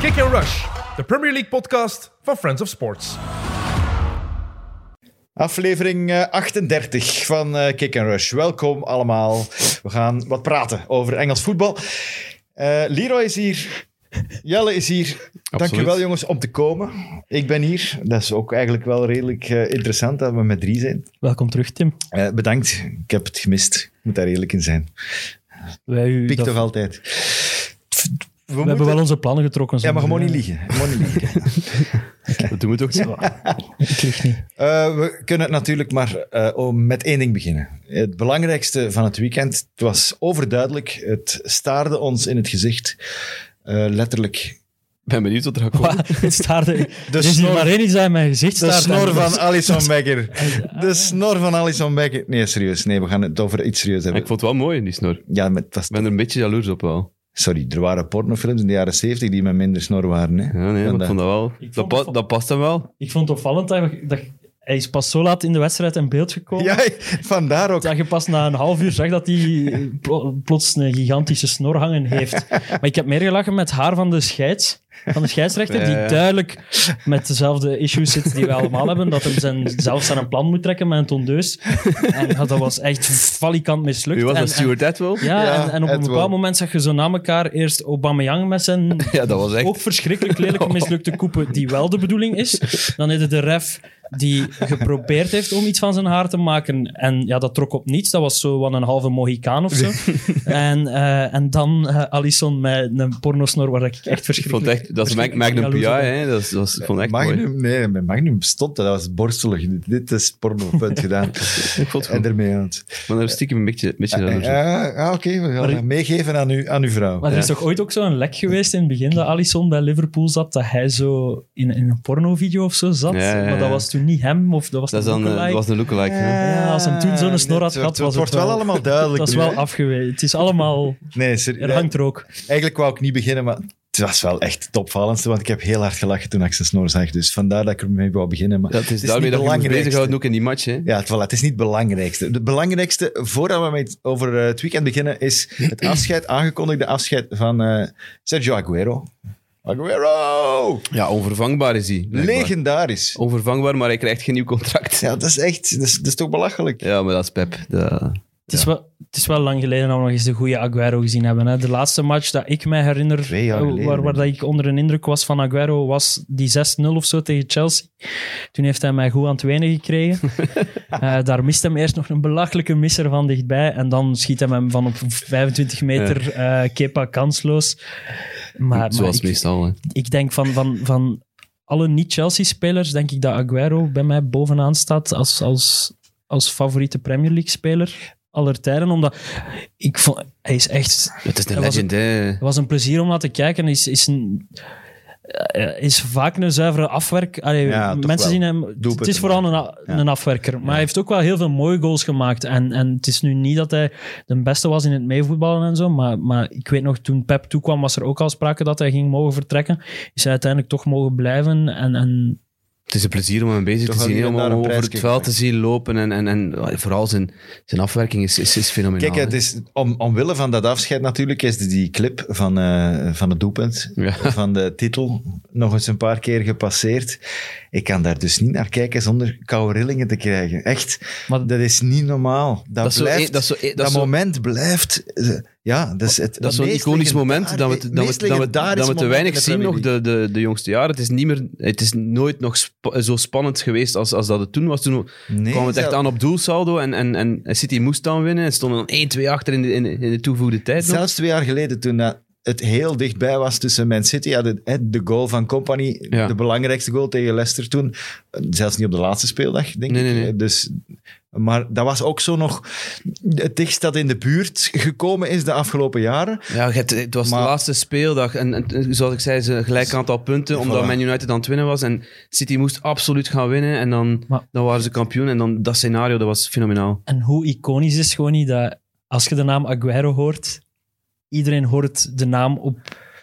Kick and Rush, de Premier League podcast van Friends of Sports. Aflevering eh, 38 van eh, Kick and Rush. Welkom allemaal. We gaan wat praten over Engels voetbal. Eh Leroy is hier. Jelle is hier. Dankjewel jongens om te komen. Ik ben hier. Dat is ook eigenlijk wel redelijk eh, interessant dat we met drie zijn. Welkom terug, Tim. Eh, bedankt. Ik heb het gemist. Ik moet daar eerlijk in zijn. Wij, u, Piek dat- toch we altijd. We, hebben wel onze plannen getrokken. Ja, maar je soms, moet niet hè. liegen. Je moet niet liegen. Dat doen we toch niet? Ik lieg niet. Eh, we kunnen natuurlijk maar eh, om- met één ding beginnen. Het belangrijkste van het weekend. Het was overduidelijk. Het staarde ons in het gezicht. Eh, letterlijk. Ik ben benieuwd wat er gaat komen. Wat? Het staarde. er is snor- hier maar één iets dat in mijn gezicht De staart. snor en- van Alison Becker. De snor van Alison Becker. Nee, serieus. Nee, we gaan het over iets serieus Maar Ik hebben. vond het wel mooi, die snor. Ja, maar het was... Ik ben er een beetje jaloers op wel. Sorry, er waren pornofilms in de jaren zeventig die met minder snor waren. Hè? Ja, nee, maar Dan ik dat- vond dat wel. vond dat, het pa- van- dat past hem wel. Ik vond het opvallend dat, we- dat hij is pas zo laat in de wedstrijd in beeld gekomen. Ja, vandaar ook. Dat je pas na een half uur zag dat hij pl- plots een gigantische snor hangen heeft. Maar ik heb meer gelachen met haar van de, scheids, van de scheidsrechter, die Ja, ja. duidelijk met dezelfde issues zit die wij allemaal hebben. Dat hem zijn, zelfs aan een plan moet trekken met een tondeus. En dat was echt valikant mislukt. U was En- dat en- Stuart Atwell? Ja, Ja, en, en op een het bepaald wel. moment zag je zo na elkaar eerst Aubameyang met zijn Ja, dat was echt... ook verschrikkelijk lelijke mislukte koepen die wel de bedoeling is. Dan is het de ref die geprobeerd heeft om iets van zijn haar te maken. En ja, dat trok op niets. Dat was zo wat een halve Mohicaan of zo. en, eh, en dan eh Alison met een pornosnor waar ik echt Ik vond verschrikkelijk... het echt... Dat is Mag- Magnum jaloers P.I. op ben. Hè. Dat, is, dat is- ik vond het echt mooi. Magnum, nee, met Magnum stopte. Dat was borstelig. Dit is pornopunt gedaan. Ik vond het en goed. ermee aan het... Maar daar stiekem een beetje, een beetje jaloers op. Ja, ah, oké, we gaan Maar- dat meegeven aan, u, aan uw vrouw. Maar er is Ja. toch ooit ook zo'n lek geweest in het begin dat Alisson bij Liverpool zat, dat hij zo in, in een pornovideo of zo zat. Ja, ja, ja. Maar dat was toen niet hem, of dat was Dat, is een dan, eh, dat lookalike. was een lookalike. hè. Ja, als hem toen zo'n snor Het had gehad, Eh, wordt- was het wordt het wel wel- allemaal duidelijk. Dat is nu, wel hè. afgewezen. Het is allemaal... Nee, ser- Er hangt rook. eigenlijk wou ik niet beginnen, maar het was wel echt het opvallendste, want ik heb heel hard gelachen toen ik zijn snor zag. Dus vandaar dat ik ermee wou beginnen. Maar Dat is, daarmee niet dat je belangrijkste. bezig houdt ook in die match. Hè. Ja, het, voilà, het is niet het belangrijkste. Het belangrijkste, voordat we met, over eh, het weekend beginnen, is het afscheid, aangekondigde afscheid van eh, Sergio Aguero. Aguero! Ja, onvervangbaar is hij. blijkbaar. Legendarisch. Onvervangbaar, maar hij krijgt geen nieuw contract. Ja, dat is echt, dat is, dat is toch belachelijk. Ja, maar dat is Pep. Dat... Het is, wel, het is wel lang geleden dat we nog eens de goede Aguero gezien hebben. Hè. De laatste match dat ik mij herinner, Twee jaar eh, geleden, waar, waar denk dat ik onder een indruk was van Aguero, was die 6-0 of zo tegen Chelsea. Toen heeft hij mij goed aan het wenen gekregen. Eh, daar mist hem eerst nog een belachelijke misser van dichtbij. En dan schiet hij hem van op 25 meter eh, Kepa kansloos. Maar, maar Zoals ik- meestal. Hè. ik denk van, van, van alle niet-Chelsea-spelers, denk ik dat Aguero bij mij bovenaan staat als, als, als favoriete Premier League-speler aller tijden. Omdat ik vond, hij is echt... Het is Hij een was- legend, hè. Het was een plezier om naar te kijken. Hij Is, is een... eh, Is vaak een zuivere afwerk. Allee, Ja, toch mensen wel. zien hem. Het Doelpunten is vooral een, a- Ja. een afwerker. Maar hij heeft ook wel heel veel mooie goals gemaakt. En, en het is nu niet dat hij de beste was in het meevoetballen en zo. Maar, maar ik weet nog, toen Pep toekwam, was er ook al sprake dat hij ging mogen vertrekken. Is hij uiteindelijk toch mogen blijven. En, en Het is een plezier om hem bezig Toch te wel zien, hier hè, en om daar hem een over prijs het geven. veld te zien lopen. En, en, en vooral zijn, zijn afwerking is, is, is fenomenaal. Kijk, het hè. is, om, omwille van dat afscheid natuurlijk is die clip van, eh, van het doelpunt, Ja. van de titel, nog eens een paar keer gepasseerd. Ik kan daar dus niet naar kijken zonder koude rillingen te krijgen. Echt, Maar- dat is niet normaal. Dat, Dat is zo blijft, één- dat is zo één- dat dat is zo- moment blijft... eh, Ja, dat is, het, Dat is zo'n iconisch moment dat we, te- dat we, dat we, dat we te weinig zien nog de, de, de jongste jaren. Het is, niet meer, het is nooit nog spa- zo spannend geweest als, als dat het toen was. Toen kwam het echt aan op doelsaldo en, en, en City moest dan winnen. En stonden dan 1-2 achter in de, in, de- in de toegevoegde tijd. nog. Zelfs twee jaar geleden, toen dat het heel dichtbij was tussen Man City, ja, de, hè, de goal van Company, Ja. de belangrijkste goal tegen Leicester toen. Zelfs niet op de laatste speeldag, denk Nee, ik. nee, nee. Dus, maar dat was ook zo nog het dichtst dat in de buurt gekomen is de afgelopen jaren. Ja, het, het was Maar- de laatste speeldag. En, en zoals ik zei, ze gelijk aantal punten. Omdat Voilà. Man United aan het winnen was. En City moest absoluut gaan winnen. En dan, Maar- dan waren ze kampioen. En dan dat scenario, dat was fenomenaal. En hoe iconisch is gewoon niet dat als je de naam Aguero hoort, iedereen hoort de naam op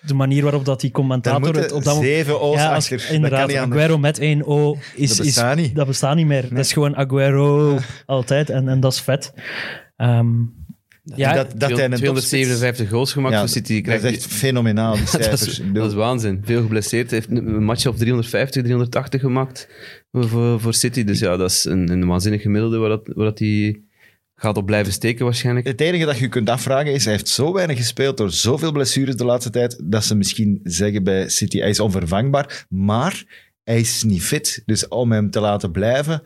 de manier waarop dat die Daar commentator het moeten op dat moment. zeven O's Ja, als- achter. dat kan inderdaad. niet anders. Aguero met 1 O is, Dat is- bestaat niet. dat bestaat niet meer. Dat is gewoon Aguero altijd en, en dat is vet. Ehm, Ja, dat, dat hij een topspits- 257 goals gemaakt Ja, voor City. Je krijgt dat is echt fenomenaal, die dat, cijfers. is, Ik bedoel, dat is waanzin. Veel geblesseerd. Hij heeft een match op 350, 380 gemaakt voor, voor City. Dus ja, dat is een, een waanzinnig gemiddelde waar dat, waar dat hij gaat op blijven steken waarschijnlijk. Het enige dat je kunt afvragen is, hij heeft zo weinig gespeeld door zoveel blessures de laatste tijd, dat ze misschien zeggen bij City, hij is onvervangbaar, maar hij is niet fit. Dus om hem te laten blijven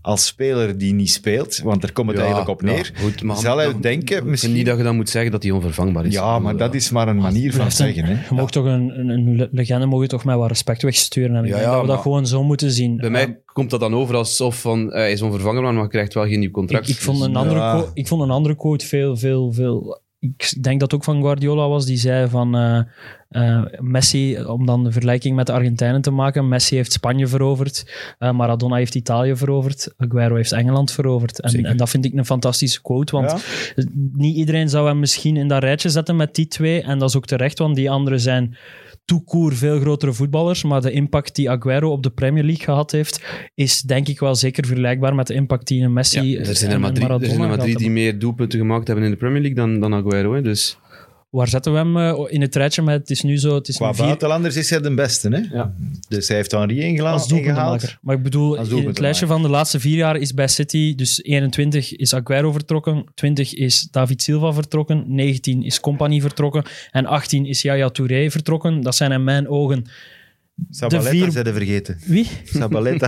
als speler die niet speelt, want daar komt het Ja, eigenlijk op ja, neer, goed, maar- zal hij dan- denken En misschien... niet dat je dan moet zeggen dat hij onvervangbaar is. ja, maar dat is maar een manier van Blijft hem- zeggen. Hè. Je mag toch een, een, een le- legende mag je toch met wat respect wegsturen. En ik Ja, denk ja, dat we dat maar- gewoon zo moeten zien. Bij Eh, mij komt dat dan over alsof van, eh, hij is onvervangbaar, maar krijgt wel geen nieuw ik, contract. ik, vond Dus- een andere ja. quote- ik vond een andere quote veel, veel, veel... Ik denk dat het ook van Guardiola was, die zei van eh, eh, Messi, om dan de vergelijking met de Argentijnen te maken, Messi heeft Spanje veroverd, eh, Maradona heeft Italië veroverd, Aguero heeft Engeland veroverd. En, en dat vind ik een fantastische quote, want Dus niet iedereen zou hem misschien in dat rijtje zetten met die twee. En dat is ook terecht, want die anderen zijn toekoer veel grotere voetballers. Maar de impact die Aguero op de Premier League gehad heeft, is denk ik wel zeker vergelijkbaar met de impact die een Messi Ja, er zijn er en maar een drie, er zijn Maradona er maar drie gehad die hebben. meer doelpunten gemaakt hebben in de Premier League dan, dan Aguero. Hè. Dus Waar zetten we hem eh, in het rijtje met? Het is nu zo, het is Qua nu vier buitenlanders is hij de beste. Hè? Ja. Dus hij heeft Henri ingela- als ingehaald. doelpuntenmaker. Maar ik bedoel, Als in het doelpuntenmaker. lijstje van de laatste vier jaar is bij City, dus 21 is Aguero vertrokken, 20 is David Silva vertrokken, 19 is Company vertrokken en 18 is Yaya Touré vertrokken. Dat zijn in mijn ogen Sabaleta De vier- zijn vergeten. Wie? Sabaleta.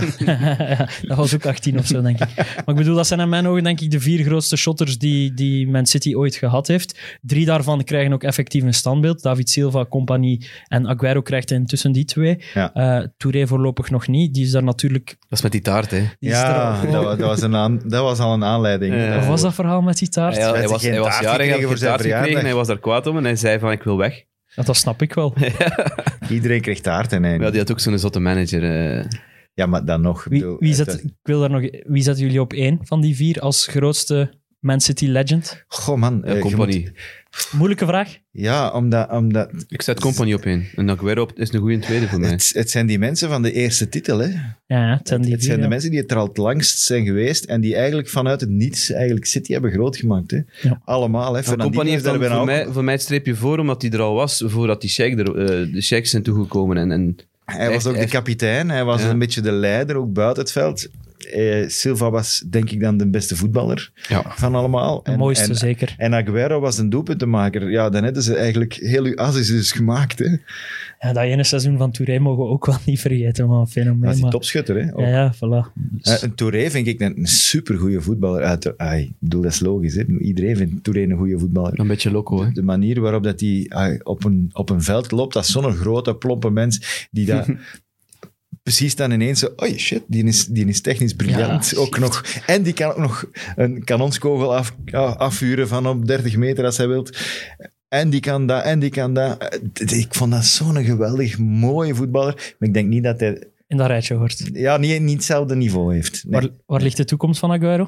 dat was ook 18 of zo, denk ik. Maar ik bedoel, dat zijn in mijn ogen denk ik de vier grootste shotters die, die Man City ooit gehad heeft. Drie daarvan krijgen ook effectief een standbeeld. David Silva, Compagnie en Aguero krijgt intussen die twee. Ja. Eh, Touré voorlopig nog niet. Die is daar natuurlijk... dat is met die taart, hè. die is er ja, al- dat, wa- dat was een aan- dat was al een aanleiding. Ja. Of was dat verhaal met die taart? Hij, hij Hij was, had hij was geen taart jarig, hij had gekregen voor geen zijn taart gekregen, verjaardag. hij was daar kwaad om en hij zei van, ik wil weg. Ja, Dat snap ik wel. Iedereen kreeg taart en hij Maar ja, die had ook zo'n zotte manager. eh. Ja, maar dan nog. ik Wie, bedoel, wie, het- zet, ik wil daar nog, wie zetten jullie op één van die vier als grootste Man City legend? Goh, man. Ja, eh, je compagnie. moet- Moeilijke vraag. ja, omdat... omdat Ik zet Company op één. En Aguero op- is een goede tweede voor mij. het, het zijn die mensen van de eerste titel, hè. Ja, het zijn die Het vier, zijn de ja. mensen die het er al het langst zijn geweest en die eigenlijk vanuit het niets eigenlijk City hebben grootgemaakt, hè. Ja. Allemaal, hè. Maar Fernandinho Company heeft is daar dan bijna voor ook- mij, voor mij het streepje voor, omdat hij er al was, voordat die sheik er, eh, de sheiks zijn toegekomen. En, en Hij was Echt, ook de echt. kapitein, hij was Ja. een beetje de leider, ook buiten het veld. Eh, Silva was denk ik dan de beste voetballer ja. van allemaal. De En- mooiste, en, zeker. en Aguero was een doelpuntenmaker. Ja, dan hebben ze eigenlijk heel uw as is dus gemaakt. Hè. Ja, dat ene seizoen van Touré mogen we ook wel niet vergeten, man. Fenomeen. Dat is een maar- topschutter. Hè. Ook. Ja, ja, voilà. Dus- Eh, een Touré vind ik een, een supergoeie voetballer. Uit, ai, ik bedoel, dat is logisch. Hè. Iedereen vindt Touré een goede voetballer. Een beetje loco, hè. De manier waarop dat hij ai, op, een, op een veld loopt, dat is zo'n grote, plompe mens die dat... Precies dan ineens zo, oei shit, die is, die is technisch briljant Ja, ook nog. En die kan ook nog een kanonskogel af, ja, afvuren van op 30 meter als hij wilt. En die kan dat, en die kan dat. Eh, d- Ik vond dat zo'n geweldig mooie voetballer. Maar ik denk niet dat hij in dat rijtje hoort. ja, niet, niet hetzelfde niveau heeft. Nee. Waar, waar ligt de toekomst van Aguero?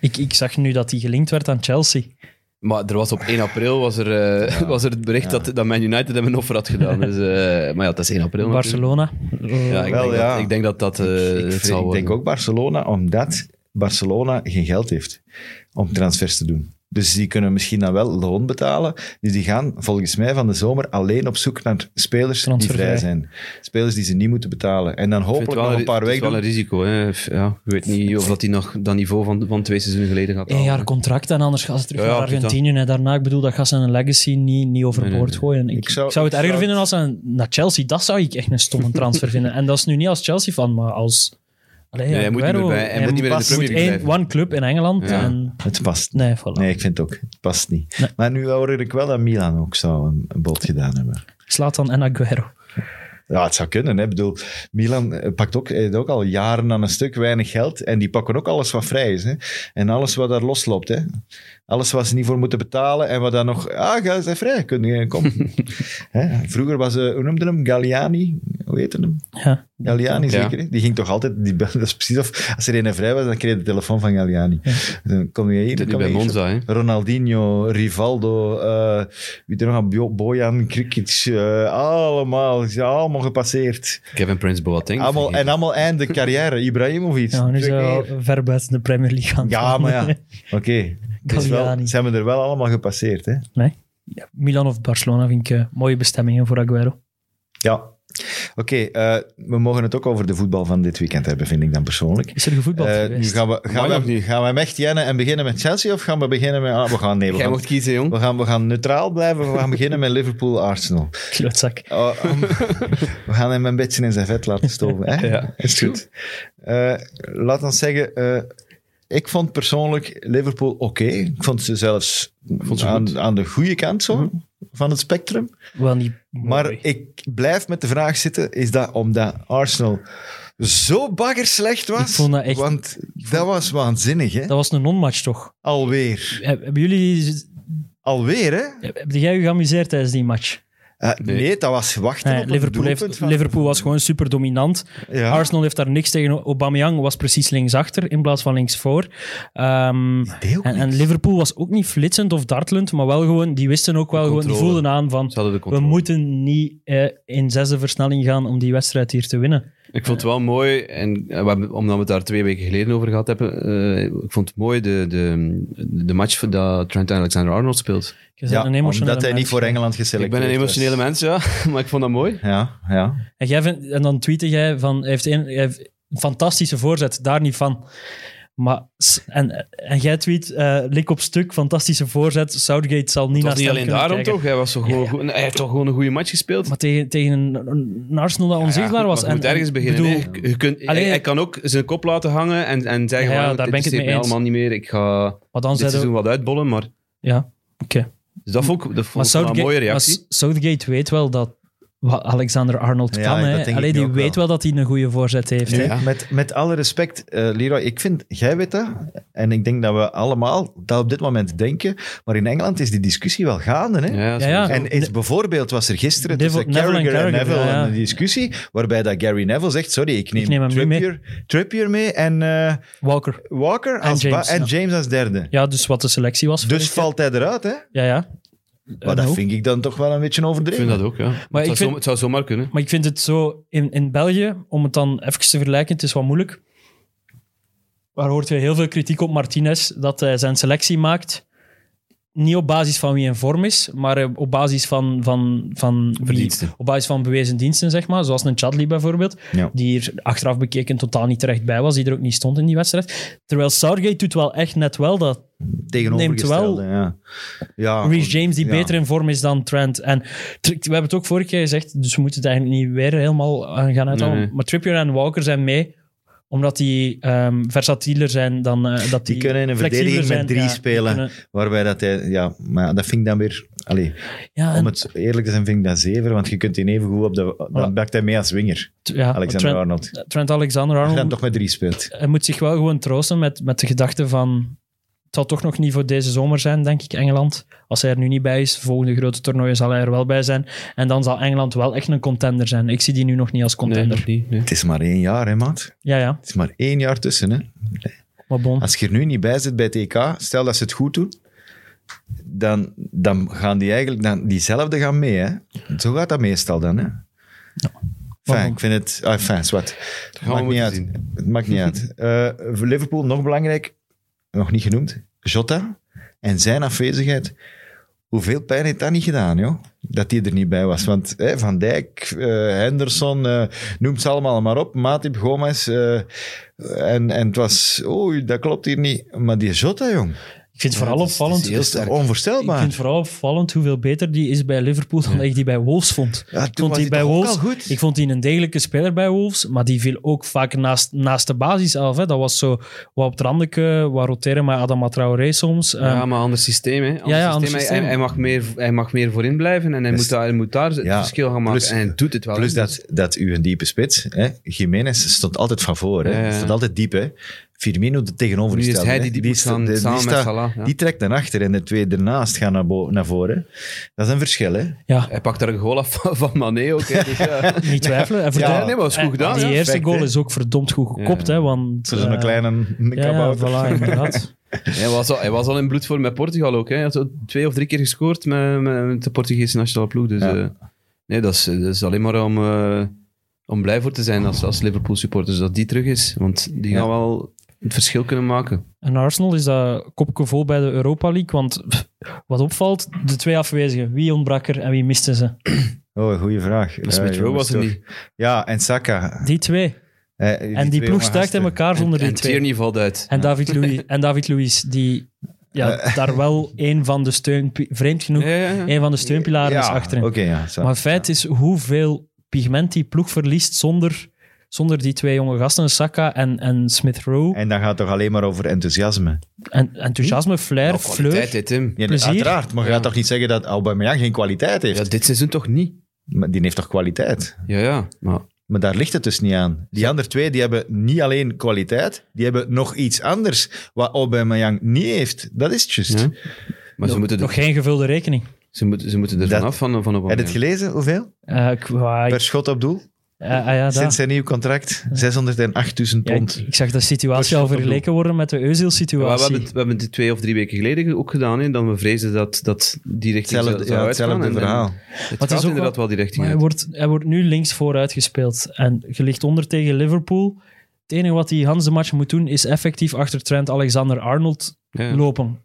Ik, ik zag nu dat hij gelinkt werd aan Chelsea. Maar er was op 1 april was er, eh, was er het bericht dat, dat Man United hem een offer had gedaan. Dus, eh, maar ja, dat is 1 april natuurlijk. Barcelona. Ja, ik, Wel, denk ja. Dat, ik denk dat dat eh, ik, het vind- zal ik worden. denk ook Barcelona, omdat Barcelona geen geld heeft om transfers te doen. Dus die kunnen misschien dan wel loon betalen. Dus die gaan volgens mij van de zomer alleen op zoek naar spelers die Transfervrij. vrij zijn. Spelers die ze niet moeten betalen. En dan Ik vind het hopelijk nog een paar het is weken. wel een risico. Hè. F- Ja, ik weet niet of dat hij nog dat niveau van, van twee seizoenen geleden gaat Eén halen. jaar contract en anders gaan ze terug Ja, ja, naar precies dat. Argentinië. En daarna, ik bedoel, dat gaat zijn legacy niet, niet overboord Nee, nee, nee. gooien. Ik, ik zou, het erger zou vinden als hij naar Chelsea. Dat zou ik echt een stomme transfer vinden. En dat is nu niet als Chelsea-fan, maar als... Allee, Nee, hij moet niet Aguero, meer, bij, hij moet niet meer in de past- Premier moet League één- blijven. one club in Engeland. Ja. En, Het past. nee, voilà. Nee, ik vind het ook. Het past niet. Nee. Maar nu hoor ik wel dat Milan ook zou een, een bod gedaan hebben. Slatan en Aguero. Ja, het zou kunnen. Hè. Ik bedoel, Milan eh, pakt ook, heeft ook al jaren aan een stuk weinig geld. En die pakken ook alles wat vrij is. Hè. En alles wat daar losloopt. Hè. Alles wat ze niet voor moeten betalen. En wat dan nog... Ah, ga zijn vrij. Kun je, kom. hè. Vroeger was... eh hoe noemde hem? Galliani? Hoe heette hem? Ja. Galliani, Ja. zeker. hè? Die ging toch altijd... Die, bel- dat is precies of... Als er een vrij was, dan kreeg je de telefoon van Galliani. Dan kom je hier. Dit nu kom je hier. bij Monza, hè. Ronaldinho, Rivaldo, eh wie er nog aan, Bo- Bojan Krikic, eh, allemaal, ze zijn allemaal gepasseerd. Kevin Prince Boateng. Allemaal, Ah, en allemaal einde carrière, Ibrahimovic. Ja, nu Twee zijn we keer. al ver buiten de Premier League gaan. ja, maar ja, oké. Het is wel- Galliani. Ze hebben er wel allemaal gepasseerd, hè? Ja, Milan of Barcelona vind ik eh, mooie bestemmingen voor Aguero. Ja. Oké, eh, we mogen het ook over de voetbal van dit weekend hebben, vind ik dan persoonlijk. Is er gevoetbald Eh, nu geweest? gaan we, gaan, Mag nog we, niet. gaan we hem echt jennen en beginnen met Chelsea of gaan we beginnen met... Ah, we gaan, nee, we Jij gaan, mocht kiezen, jong. we gaan, we gaan neutraal blijven. We gaan beginnen met Liverpool-Arsenal. Klootzak. Oh, om- we gaan hem een beetje in zijn vet laten stoven. Hè? Ja. Is goed. Eh, laat ons zeggen, eh, ik vond persoonlijk Liverpool oké. Ik vond ze zelfs ze goed. aan, aan de goede kant zo, Mhm. van het spectrum. Wel niet Maar mooi. ik blijf met de vraag zitten, is dat omdat Arsenal zo baggerslecht was? Ik vond dat echt- Want dat was waanzinnig, hè? Dat was een non-match, toch? Alweer. Heb- Hebben jullie... Alweer, hè? Heb jij je geamuseerd tijdens die match? Eh, nee. Nee. dat was wachten Nee, op een Liverpool, heeft- doelpunt van- Liverpool was gewoon super dominant. Ja. Arsenal heeft daar niks tegen. Aubameyang was precies linksachter in plaats van linksvoor. Ehm, deed ook en, en Liverpool was ook niet flitsend of dartelend, maar wel gewoon, die wisten ook wel gewoon, die Controle. voelden aan van... Ze hadden de We controle. moeten niet eh, in zesde versnelling gaan om die wedstrijd hier te winnen. Ik vond het wel mooi, en eh, we hebben- omdat we het daar twee weken geleden over gehad hebben, eh, ik vond het mooi de, de, de match voor dat Trent Alexander-Arnold speelt. Je bent Ja, een emotionele omdat hij mens. niet voor Engeland Ik geselecteerd ben een emotionele was. mens, ja, maar ik vond dat mooi. Ja, ja. En, jij vindt- en dan tweette jij van, hij heeft, een, hij heeft een fantastische voorzet, daar niet van. Maar, s- en, en jij tweet, eh, lik op stuk, fantastische voorzet, Southgate zal niet Het naar was niet stem alleen kunnen daarom kijken. toch, hij, was toch gewoon, goed- hij heeft toch gewoon een goede match gespeeld. Maar tegen, tegen een, een Arsenal dat onzichtbaar Ja, was. maar je moet en- ergens en- beginnen. bedoel, hè. je kunt, Allee. hij, hij kan ook zijn kop laten hangen en, en zeggen: Ja, van, ja, "Dit daar ben ik het interesseert mee mij eens. allemaal niet meer. Ik ga maar dan dit zeiden seizoen we... wat uitbollen. Maar, Ja, oké. dus dat vond ik, dat Maar vond ik wel een Southgate, mooie maar reactie. S- Southgate weet wel dat wat Alexander Arnold Ja, kan. dat Hè. denk ik Allee, nu die ook weet wel wel. dat hij een goede voorzet heeft. Nu, Hè. Met, met alle respect, eh, Leroy, ik vind, jij weet dat, en ik denk dat we allemaal dat op dit moment denken, maar in Engeland is die discussie wel gaande. Hè? ja, Ja, ja. sowieso. En is, bijvoorbeeld was er gisteren tussen Neville- Neville en Carragher en Carragher, Neville ja, ja. een discussie waarbij dat Gary Neville zegt, sorry, ik neem, Ik neem hem niet mee. Trippier, Trippier mee en eh, Walker. Walker En als ba- James, en ja. James als derde. Ja, dus wat de selectie was. Dus vorig jaar. valt hij eruit, hè? Ja, nou. ja. Maar En dat hoe? vind ik dan toch wel een beetje Ik overdreven. vind dat ook, ja. het, zou ik vind- zo- het zou zomaar kunnen. Maar ik vind het zo in, in België, om het dan even te vergelijken, het is wat moeilijk. Waar hoort je heel veel kritiek op Martinez dat hij zijn selectie maakt. Niet op basis van wie in vorm is, maar eh, op basis van, van, van wie- Verdiensten. op basis van bewezen diensten, zeg maar. Zoals een Chadli bijvoorbeeld, Ja. die hier achteraf bekeken totaal niet terecht bij was, die er ook niet stond in die wedstrijd. Terwijl Southgate doet wel echt net wel dat Tegenovergestelde, ja. ja. Reece James die Ah, ja. beter in vorm is dan Trent. En Tri- we hebben het ook vorige keer gezegd, dus we moeten het eigenlijk niet weer helemaal aan gaan uithalen. Nee, nee. Maar Trippier en Walker zijn mee, omdat die ehm, versatieler zijn dan eh, dat die, Die kunnen in een flexibeler verdediging zijn. met drie Ja, die spelen. kunnen- Waarbij dat hij, ja, maar ja, dat vind ik dan weer, allee, ja, en- om het eerlijk te zijn, vind ik dat zever, want je kunt die even goed op de, dan Voilà. bakt hij mee als winger, t- ja, Alexander Trent, Arnold. Trent Alexander-Arnold Als je dan toch met drie speelt. hij moet zich wel gewoon troosten met, met de gedachte van... Het zal toch nog niet voor deze zomer zijn, denk ik, Engeland. Als hij er nu niet bij is, volgende grote toernooien zal hij er wel bij zijn. En dan zal Engeland wel echt een contender zijn. Ik zie die nu nog niet als Nee, contender. nog niet. Nee. Het is maar één jaar, hè, maat. Ja, ja. Het is maar één jaar tussen, hè. Maar bon. Als je er nu niet bij zit bij het EK, stel dat ze het goed doen, dan, dan gaan die eigenlijk, dan, diezelfde gaan mee, hè. Zo gaat dat meestal dan, hè. Fijn, waarom? ik vind het... Ah, fijn, zwart. Het maakt niet moeten uit. zien. Het maakt niet uit. Eh, voor Liverpool, nog belangrijk, nog niet genoemd, Jota en zijn afwezigheid. Hoeveel pijn heeft dat niet gedaan, joh? Dat hij er niet bij was. Want hè, Van Dijk, eh, Henderson, eh, noem ze allemaal maar op. Matip, Gomez. eh, en, en het was... Oei, dat klopt hier niet. Maar die Jota, jong. Ik vind het vooral het is- het is opvallend... heel Dat is toch onvoorstelbaar? Ik vind het vooral opvallend hoeveel beter die is bij Liverpool dan dat ik die bij Wolves vond. Ja, toen ik vond was die hij bij toch ook Wolves, al goed? ik vond die een degelijke speler bij Wolves, maar die viel ook vaak naast, naast de basis af. Hè. Dat was zo wat op het randeke, wat roteren met Adama Traoré soms. Ehm, Ja, maar ander systeem, hè. Ander ja, ander systeem. Hij- systeem. Hij, hij, mag meer, hij mag meer voorin blijven en hij, Dus- moet, daar, hij moet daar het Ja. verschil gaan maken. Plus- en hij doet het wel. Plus hè. dat, dat u een diepe spits, hè? Jiménez stond altijd van voor, hè? Ja, ja. stond altijd diep. Hè? Firmino de nu is tegenovergestelde. hij hè. die die moet sta- gaan de- samen met sta- Salah. ja. die trekt naar achter en de twee ernaast gaan naar, bo- naar voren. Dat is een verschil, hè? ja, Hij pakt daar een goal af van, van Mané ook. hè. Dus, ja. niet twijfelen. En voor Ja, de- nee, maar dat is goed en- gedaan, Die ja. eerste Perfect, goal hè. is ook verdomd goed gekopt, Ja. hè, want... Zo'n eh, kleine een ja, ja, kabouter. voilà, inderdaad. Hij was, al, hij was al in bloedvorm met Portugal ook. Hè. Hij had zo twee of drie keer gescoord met, met de Portugese nationale ploeg. Dus Ja. eh, nee, dat is, dat is alleen maar om, dus eh, om blij voor te zijn als, als Liverpool supporters dat die terug is. Want die Ja. gaan wel het verschil kunnen maken. En Arsenal is dat kopje vol bij de Europa League. Want pff, wat opvalt, de twee afwezigen. Wie ontbrak er en wie misten ze? Oh, goede vraag. Ja, Smith Rowe jongens, was er toch. niet. Ja, en Saka. Die twee. Eh, en die twee ploeg jonge stuikt in gasten. elkaar zonder die En twee. Tierney valt uit. En David Louis, en David Luiz, die ja, Eh. daar wel een van de steun... Vreemd genoeg, Ja, ja, ja. een van de steunpilaren is Ja, achterin. Oké, ja. zo. Maar het feit is hoeveel pigment die ploeg verliest zonder, zonder die twee jonge gasten, Saka en, en Smith Rowe. En, En dan gaat het toch alleen maar over enthousiasme. enthousiasme, Hm? flair, Oh, Nou, kwaliteit, fleur. hè, Tim. Ja, Plezier. Uiteraard, maar je gaat toch niet zeggen dat Aubameyang geen kwaliteit heeft? Ja, dit seizoen toch niet. Maar die heeft toch kwaliteit? Ja, ja. Maar Maar daar ligt het dus niet aan. Die andere twee die hebben niet alleen kwaliteit, die hebben nog iets anders wat Aubameyang niet heeft. Dat is het juist. Ja. Maar ze moeten, er, Nog geen gevulde rekening. ze moeten, ze moeten er Dat- vanaf van, van Heb je Aubameyang. het gelezen? Hoeveel? Eh, ik- wa- ik- Per schot op doel? eh, ah ja, daar. Sinds zijn nieuw contract 608.000 Ja, ik, pond. ik zag de situatie Per al schot op vergeleken worden met de Ja, maar we, hebben Eusiel-situatie. het, we hebben het twee of drie weken geleden ook gedaan. Hè, dat we vrezen dat, dat die richting Hetzelfde, zou, zou ja, uitgaan. hetzelfde En- en verhaal. Het Maar het is gaat ook inderdaad wel- wel die richting Maar hij uit. wordt, hij wordt nu links vooruit gespeeld. En je ligt onder tegen Liverpool. Het enige wat die Hans de match moet doen, is effectief achter Trent Alexander-Arnold Ja. lopen.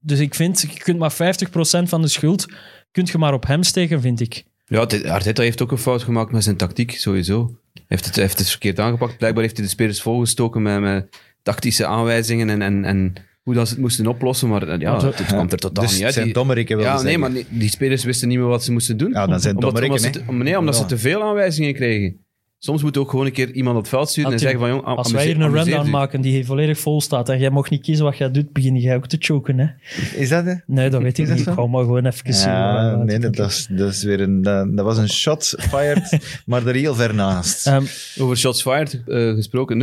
Dus ik vind, je kunt maar 50% van de schuld kunt je maar op hem steken, vind ik. Ja, het- Arteta heeft ook een fout gemaakt met zijn tactiek, sowieso. Hij heeft het, hij heeft het verkeerd aangepakt. Blijkbaar heeft hij de spelers volgestoken met, met tactische aanwijzingen en, en, en hoe dat ze het moesten oplossen. Maar eh, ja, Want, het, kwam er totaal Dus niet het uit. zijn Die- dommerikken wel ja, nee, maar nee, die spelers wisten niet meer wat ze moesten doen. Ja, dan zijn omdat, omdat ze, dommerikken, te- nee, omdat ze Ja. te veel aanwijzingen kregen. Soms moet ook gewoon een keer iemand het veld sturen en Natuurlijk. zeggen van... Jong, Als wij hier een rundown maken die volledig vol staat en jij mocht niet kiezen wat jij doet, begin jij ook te choken. Hè? hè. Is dat... hè? Nee, dat weet ik Is dat niet. Ik zo? wou maar gewoon even zien. waar- Ja, waar het nee, dat, vandaan dat, is, dat, is weer een, dat, dat was een shot fired, maar er heel ver naast. komt. Ehm, Over shots fired eh, gesproken,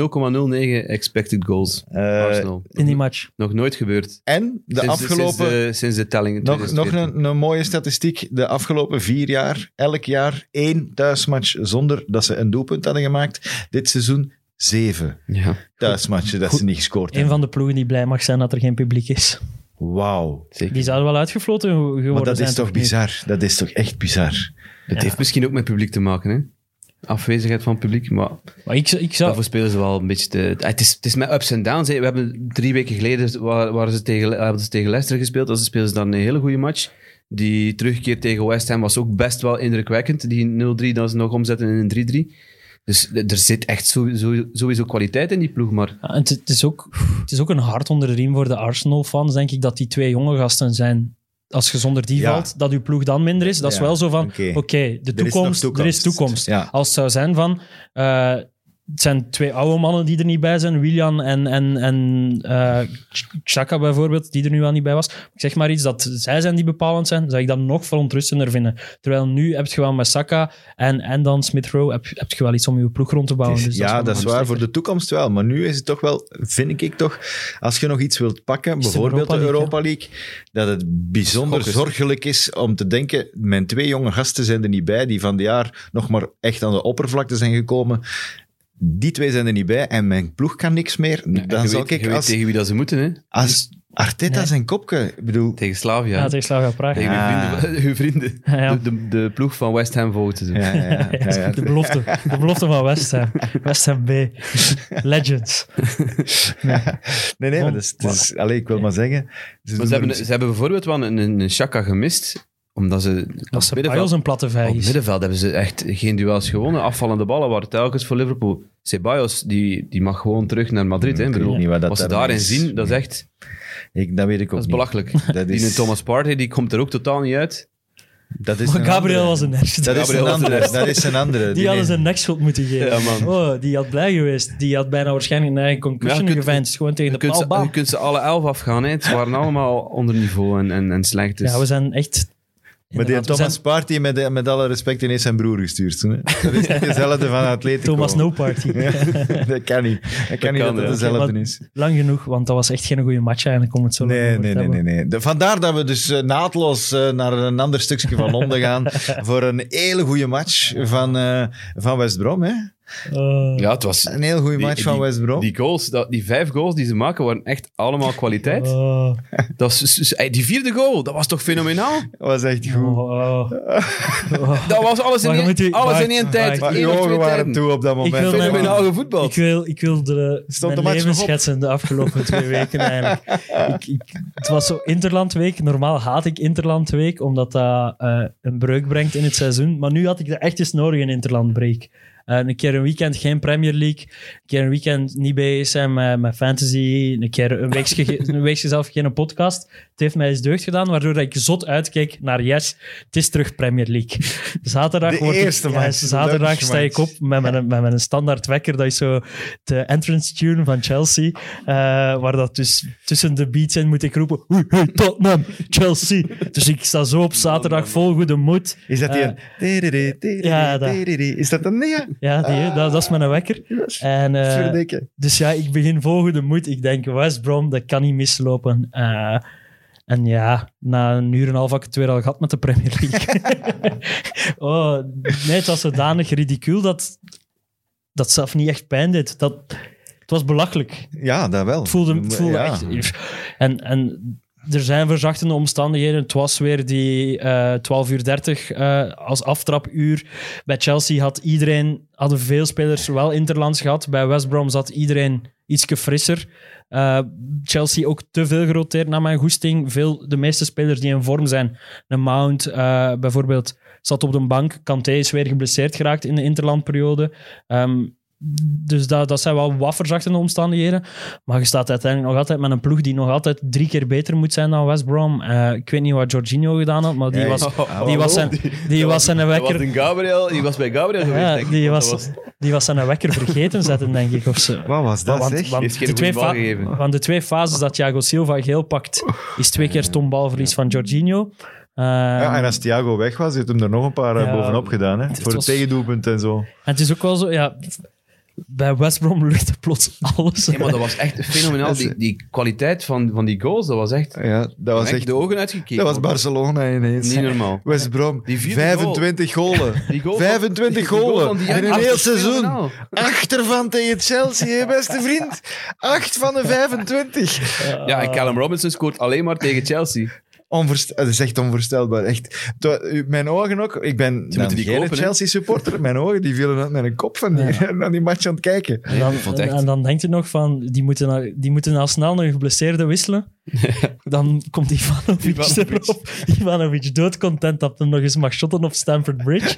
0,09 expected goals. Eh, Arsenal. in die match. Nog nooit gebeurd. en de Sinds- afgelopen... Sinds de, sinds de telling in nog nog 2014. een, een mooie statistiek. De afgelopen vier jaar, elk jaar één thuismatch zonder dat ze een doelpunt hadden gemaakt. Dit seizoen zeven Ja. thuismatchen dat ze niet gescoord Een hebben. van de ploegen die blij mag zijn dat er geen publiek is. Wauw. Die zouden wel uitgefloten ge- geworden Maar dat zijn. is toch niet? bizar? Dat is toch echt bizar? Het Ja. heeft misschien ook met publiek te maken, hè? Afwezigheid van publiek, maar Maar ik, ik zou... daarvoor spelen ze wel een beetje te... Het is, het is met ups en downs. hè. We hebben drie weken geleden wa- waren ze tegen, hebben ze tegen Leicester gespeeld. Dat speelden ze dan een hele goede match. Die terugkeer tegen West Ham was ook best wel indrukwekkend. Die 0-3 dan ze nog omzetten in een 3-3. Dus d- er zit echt sowieso, sowieso kwaliteit in die ploeg, maar... Ja, en Het, het, is ook, het is ook een hart onder de riem voor de Arsenal-fans, denk ik, dat die twee jonge gasten zijn. Als je zonder die Ja. valt, dat uw ploeg dan minder is. Dat is Ja, wel zo van, oké, oké. de toekomst, er is, toekomst. Ja. Als het zou zijn van, eh, het zijn twee oude mannen die er niet bij zijn, Willian en, en, en eh, Ch- Chaka bijvoorbeeld, die er nu al niet bij was. Ik zeg maar iets, dat zij zijn die bepalend zijn, zou ik dat nog verontrustender vinden. Terwijl nu heb je wel met Saka en, en dan Smith Rowe, heb, heb je wel iets om je ploeg rond te bouwen. Dus ja, dat, wel is een waar. Voor de toekomst wel. Maar nu is het toch wel, vind ik toch, als je nog iets wilt pakken, Is het bijvoorbeeld de Europa Europa League, dat het bijzonder Schokkend. zorgelijk is om te denken, mijn twee jonge gasten zijn er niet bij, die van de jaar nog maar echt aan de oppervlakte zijn gekomen. Die twee zijn er niet bij en mijn ploeg kan niks meer. Je Dan zal weet- je ik weet als, tegen wie dat ze moeten, hè? als Arteta Nee. zijn kopje, ik bedoel, Tegen Slavia. Ja, tegen Slavia Praag. Tegen uw Ah. vrienden, uw vrienden. Ja, ja. De, de, de ploeg van West Ham volgen te doen. ja, ja, ja, ja, ja. De belofte, de belofte van West Ham. West Ham B. Legends. Nee, nee, maar dat is, dat is- allee, ik wil maar zeggen. Ze Maar doen ze er- hebben, ze hebben bijvoorbeeld wel een, een, een Chaka gemist, omdat ze Dat op ze het middenveld, Pajos een platte op vijg het is. middenveld hebben ze echt geen duels gewonnen. Afvallende ballen waren telkens voor Liverpool. Ceballos, die, die mag gewoon terug naar Madrid. Hè. Ik Mm, Ik weet bedoel, niet wat dat wat ze daarmee daarin is. zien, dat is Nee. echt ik, dat weet ik ook dat is niet. belachelijk. Dat Die is, een Thomas Partey, die komt er ook totaal niet uit. dat is Maar een Gabriel andere. was een herfst. Dat is Gabriel een was de andere. rest. Dat is een andere. Die hadden zijn nekschuld moeten geven. Ja, man. Oh, die had blij geweest. Die had bijna waarschijnlijk een eigen concussion Maar ja, je kunt- geveinsd. Gewoon tegen Je de kunt, paal. ze, je Bam. kunt ze alle elf afgaan. Hè. Ze waren allemaal onder niveau en, en, en slecht. Dus. Ja, we zijn echt... Maar die Inderdaad, we Thomas zijn Party met, met alle respect ineens zijn broer gestuurd. toen, Hè? Dat is niet dezelfde van Atletico. Thomas No Party. dat kan niet. Dat kan niet kan, dat het ja. dezelfde Oké, is. Lang genoeg, want dat was echt geen goede match eigenlijk om het zo lang Nee, over te nee, nee, hebben. nee. nee. De- vandaar dat we dus eh, naadloos eh, naar een ander stukje van Londen gaan voor een hele goede match van, eh, van West Brom. Hè? Oh, Ja, het was... Een heel goede die- match van die- West Brom. Die, goals, dat, die vijf goals die ze maken waren echt allemaal kwaliteit. Oh, Dat was, dus- dus- ey, die vierde goal, dat was toch fenomenaal? Dat was echt goed. oh, oh. Oh. Dat was alles in Maar je één, moet die- alles maar- in één tijd. maar Maar Eén uw of twee ogen waren tijden. toe op dat moment. wil mijn- Fenomenaal gevoetbald. Ik wil, ik wil de, nou Stond de mijn match nog leven op? schetsen de afgelopen twee weken eigenlijk. Ik, ik, het was zo Interlandweek. Normaal haat ik Interlandweek, omdat dat eh, een breuk brengt in het seizoen. Maar nu had ik er echt eens nodig, een Interlandbreak. Eh, een keer een weekend geen Premier League. Een keer een weekend niet bezig zijn met, eh, met fantasy. Een keer een weekje, ge- een weekje zelf geen podcast. Het heeft mij eens deugd gedaan, waardoor dat ik zot uitkeek naar yes, het is terug Premier League. Zaterdag De wordt eerste ik, match, ja, de zaterdag lunchmatch. sta ik op met mijn, met mijn standaard wekker. Dat is zo de entrance tune van Chelsea. eh, waar dat dus tussen de beats in moet ik roepen. "Hey, hey, Tottenham, Chelsea. Dus ik sta zo op zaterdag vol goede moed. Is dat die Eh, een... Tiriri, tiriri, ja, dat. tiriri. Is dat een nee? Ja, die, dat, dat is mijn wekker. En, eh, Verdikke. dus ja, ik begin vol goede moed. Ik denk, West Brom, dat kan niet mislopen. Eh, en ja, na een uur en een half had ik het weer al gehad met de Premier League. oh, nee, het was zodanig ridicuul dat dat zelf niet echt pijn deed. Dat, het was belachelijk. Ja, dat wel. Het voelde, het voelde Ja. echt... En, en er zijn verzachtende omstandigheden. Het was weer die eh 12 uur 30 eh, als aftrapuur. Bij Chelsea had iedereen, hadden veel spelers wel interlands gehad. Bij West Brom zat iedereen ietsje frisser. Eh, Chelsea ook te veel geroteerd naar mijn goesting. Veel, de meeste spelers die in vorm zijn. Een Mount eh, bijvoorbeeld zat op de bank. Kanté is weer geblesseerd geraakt in de interlandperiode. Ehm, dus dat, dat zijn wel wat verzachtende omstandigheden. Maar je staat uiteindelijk nog altijd met een ploeg die nog altijd drie keer beter moet zijn dan West Brom. Eh, ik weet niet wat Jorginho gedaan had, maar die Nee. was, Oh, die was zijn, die was zijn Dat was wekker... een Gabriel, die was bij Gabriel geweest, Ja, denk ik. die, want was, die was zijn wekker vergeten zetten, denk ik. Of zo. Wat was dat, want, zeg? want heeft geen de goede twee bal fa- gegeven. want de twee fases dat Thiago Silva geel pakt, is twee keer stombalverlies van Jorginho. Ehm, Ja, en als Thiago weg was, heeft hem er nog een paar eh, Ja, bovenop gedaan. Hè? Voor was- het tegendoelpunt en zo. en het is ook wel zo, ja, bij West Brom lukte plots alles. Nee, maar dat was echt fenomenaal. Die, die kwaliteit van, van die goals, dat was echt... Ja, dat was echt echt... de ogen uitgekeken. Dat was Barcelona ineens. Niet normaal. West Brom, Die vierde 25 golen. Die goal van- 25 die goal van golen die in een achter- heel seizoen. fenomenaal. Achter van tegen Chelsea, hè, beste vriend. 8 van de 25. Ja, en Callum Robinson scoort alleen maar tegen Chelsea. Onvoorstel- eh, dat is echt onvoorstelbaar. Echt. Toen- u- Mijn ogen ook. Ik ben dan moeten die geen kopen, hè? Chelsea-supporter. Mijn ogen die vielen uit mijn kop van die, aan die match aan het kijken. En dan, ik vond het echt- en dan denkt je nog van, die moeten, al- die moeten al snel een geblesseerde wisselen. dan komt Ivanovic, Ivanovic. erop. Ivanovic doodcontent dat hem nog eens mag shotten op Stamford Bridge.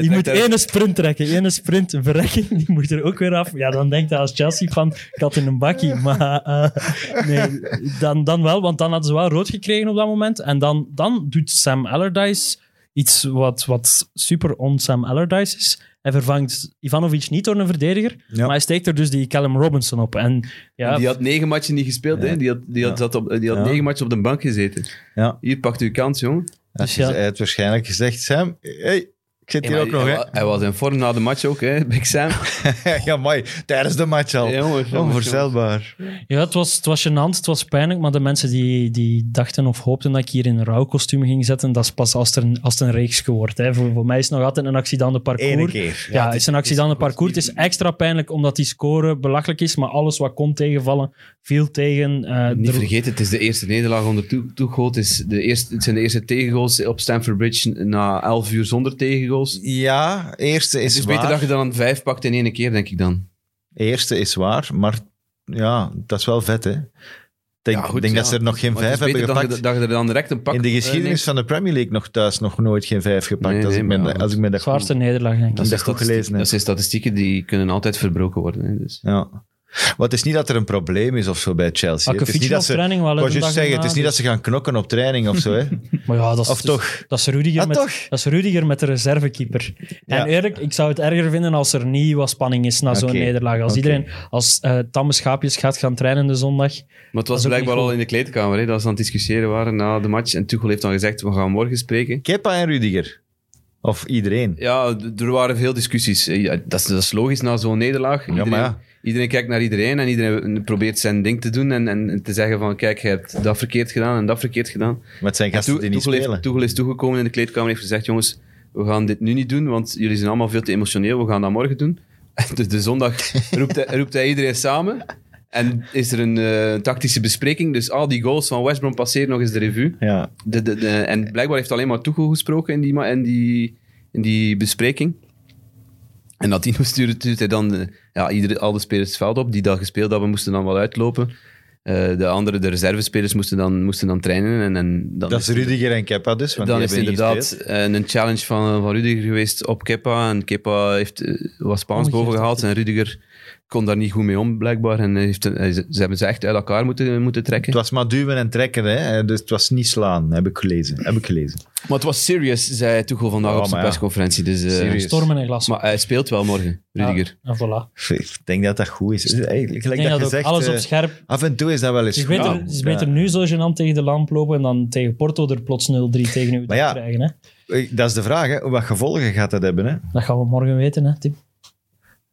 die moet echt- ene sprint trekken, ene sprint, een verrekking, die moet er ook weer af. Ja, dan denkt hij als Chelsea van, kat in een bakkie. Maar eh, nee, dan, dan wel, want dan hadden ze wel rood gekregen op dat moment. En dan, dan doet Sam Allardyce iets wat, wat super on-Sam Allardyce is. Hij vervangt Ivanovic niet door een verdediger, Ja. maar hij steekt er dus die Callum Robinson op. En ja, Die had negen matchen niet gespeeld, hè. Die had, die had, zat op, die had Ja. negen matchen op de bank gezeten. Ja. Hier pakt u kans, jongen. Dus Hij ja. heeft waarschijnlijk gezegd, Sam, hey, ik zit hier Ja, ook nog. hij, Hè. Ah, wa- hij was in vorm na de match ook, hè. Big Sam. ja, mooi. Tijdens de match al. Ja, jongens, jongens, Onvoorstelbaar. ja het, was, het was gênant, het was pijnlijk, maar de mensen die, die dachten of hoopten dat ik hier in een rouwkostuum ging zetten, dat is pas als, er, als het een reeks geworden. Hè. Voor, voor mij is het nog altijd een actie dan de Eén parcours. keer. Ja, het is een actie dan een parcours. Het is extra pijnlijk omdat die score belachelijk is, maar alles wat kon tegenvallen, viel tegen. eh, Niet er- vergeten, het is de eerste nederlaag onder Toe- Tuchel. Het, is de eerste, het zijn de eerste tegengoals op Stamford Bridge na 11 uur zonder tegengoals. Het Ja, eerste is, is waar. beter dat je dan een vijf pakt in één keer, denk ik dan. Eerste is waar, maar ja, dat is wel vet, hè. Ik denk, Ja, goed, ik denk ja. dat ze er nog geen Maar vijf het is hebben beter dat je, gepakt. dat je er dan direct een pak... In de eh, geschiedenis neemt. van de Premier League nog thuis nog nooit geen vijf gepakt. Nee, als, nee, ik me, maar ja, als ik me dat Zwaarste nederlaag, denk ik. Dat dat zijn, ik goed statistieken- gelezen heb. dat zijn statistieken die kunnen altijd verbroken worden. Hè. Dus. Ja. Maar het is niet dat er een probleem is of zo bij Chelsea. hè. Hakken Het is niet fietsen dat op ze, training wel. hè, ik wou de juist dag zeggen, het is erna, niet dat ze gaan knokken op training of zo. Hè. dus- Maar ja, dat is, Of dat is- toch? Dat is Rudiger, Ah, met, toch? Dat is Rudiger met de reservekeeper. Ja. En eerlijk, ik zou het erger vinden als er niet wat spanning is na zo'n Oké. nederlaag. Als Oké. iedereen als eh, tamme schaapjes gaat gaan trainen de zondag. Maar het was Dat is ook blijkbaar niet al goed. in de kleedkamer, hè, dat ze aan het discussiëren waren na de match. En Tuchel heeft dan gezegd, we gaan morgen spreken. Kepa en Rudiger. Of iedereen. Ja, d- er waren veel discussies. Eh, ja, Dat is, dat is logisch na zo'n nederlaag. Iedereen, maar ja. iedereen kijkt naar iedereen en iedereen probeert zijn ding te doen en, en te zeggen van, kijk, je hebt dat verkeerd gedaan en dat verkeerd gedaan. Maar het zijn En gasten Toe- die niet Tuchel, spelen. heeft, Tuchel is toegekomen in de kleedkamer en heeft gezegd, jongens, we gaan dit nu niet doen, want jullie zijn allemaal veel te emotioneel, we gaan dat morgen doen. Dus de zondag roept hij, roept hij iedereen samen. En is er een eh, tactische bespreking. Dus al die goals van West Brom passeren nog eens de revue. Ja. De, de, de- en blijkbaar heeft alleen maar Tuchel gesproken in die, ma- in die, in die bespreking. En Latino stuurde, stuurt hij dan eh, ja, iedere, al de spelers het veld op. Die dat gespeeld hebben, moesten dan wel uitlopen. Eh, de andere, de reservespelers, moesten dan, moesten dan trainen. En, en dan Dat is Rudiger en Kepa dus. Want dan die is hebben niet inderdaad een, een challenge van, van Rudiger geweest op Kepa. En Kepa heeft, eh, was Spaans Omgekeerd, boven gehaald. En Rudiger kon daar niet goed mee om, blijkbaar. En heeft, hij- ze hebben ze echt uit elkaar moeten, moeten trekken. Het was maar duwen en trekken, hè? dus het was niet slaan, heb ik gelezen. Heb ik gelezen. Maar het was serious, zei Tuchel vandaag Ja, op zijn maar ja. persconferentie. Dus, eh, Serious. Stormen en glas. Maar hij speelt wel morgen, Rudiger. En voilà. Ik denk dat dat goed is. Eigenlijk, Ik gelijk denk dat, dat, je ook zegt, alles op eh, scherp af en toe is dat wel eens Het is goed. beter, Ja. het is beter nu zo gênant tegen de lamp lopen en dan tegen Porto er plots 0-3 tegen u te Maar ja. krijgen. Hè? Eh, Dat is de vraag, hè? wat gevolgen gaat dat hebben? Hè? Dat gaan we morgen weten, hè, Tim.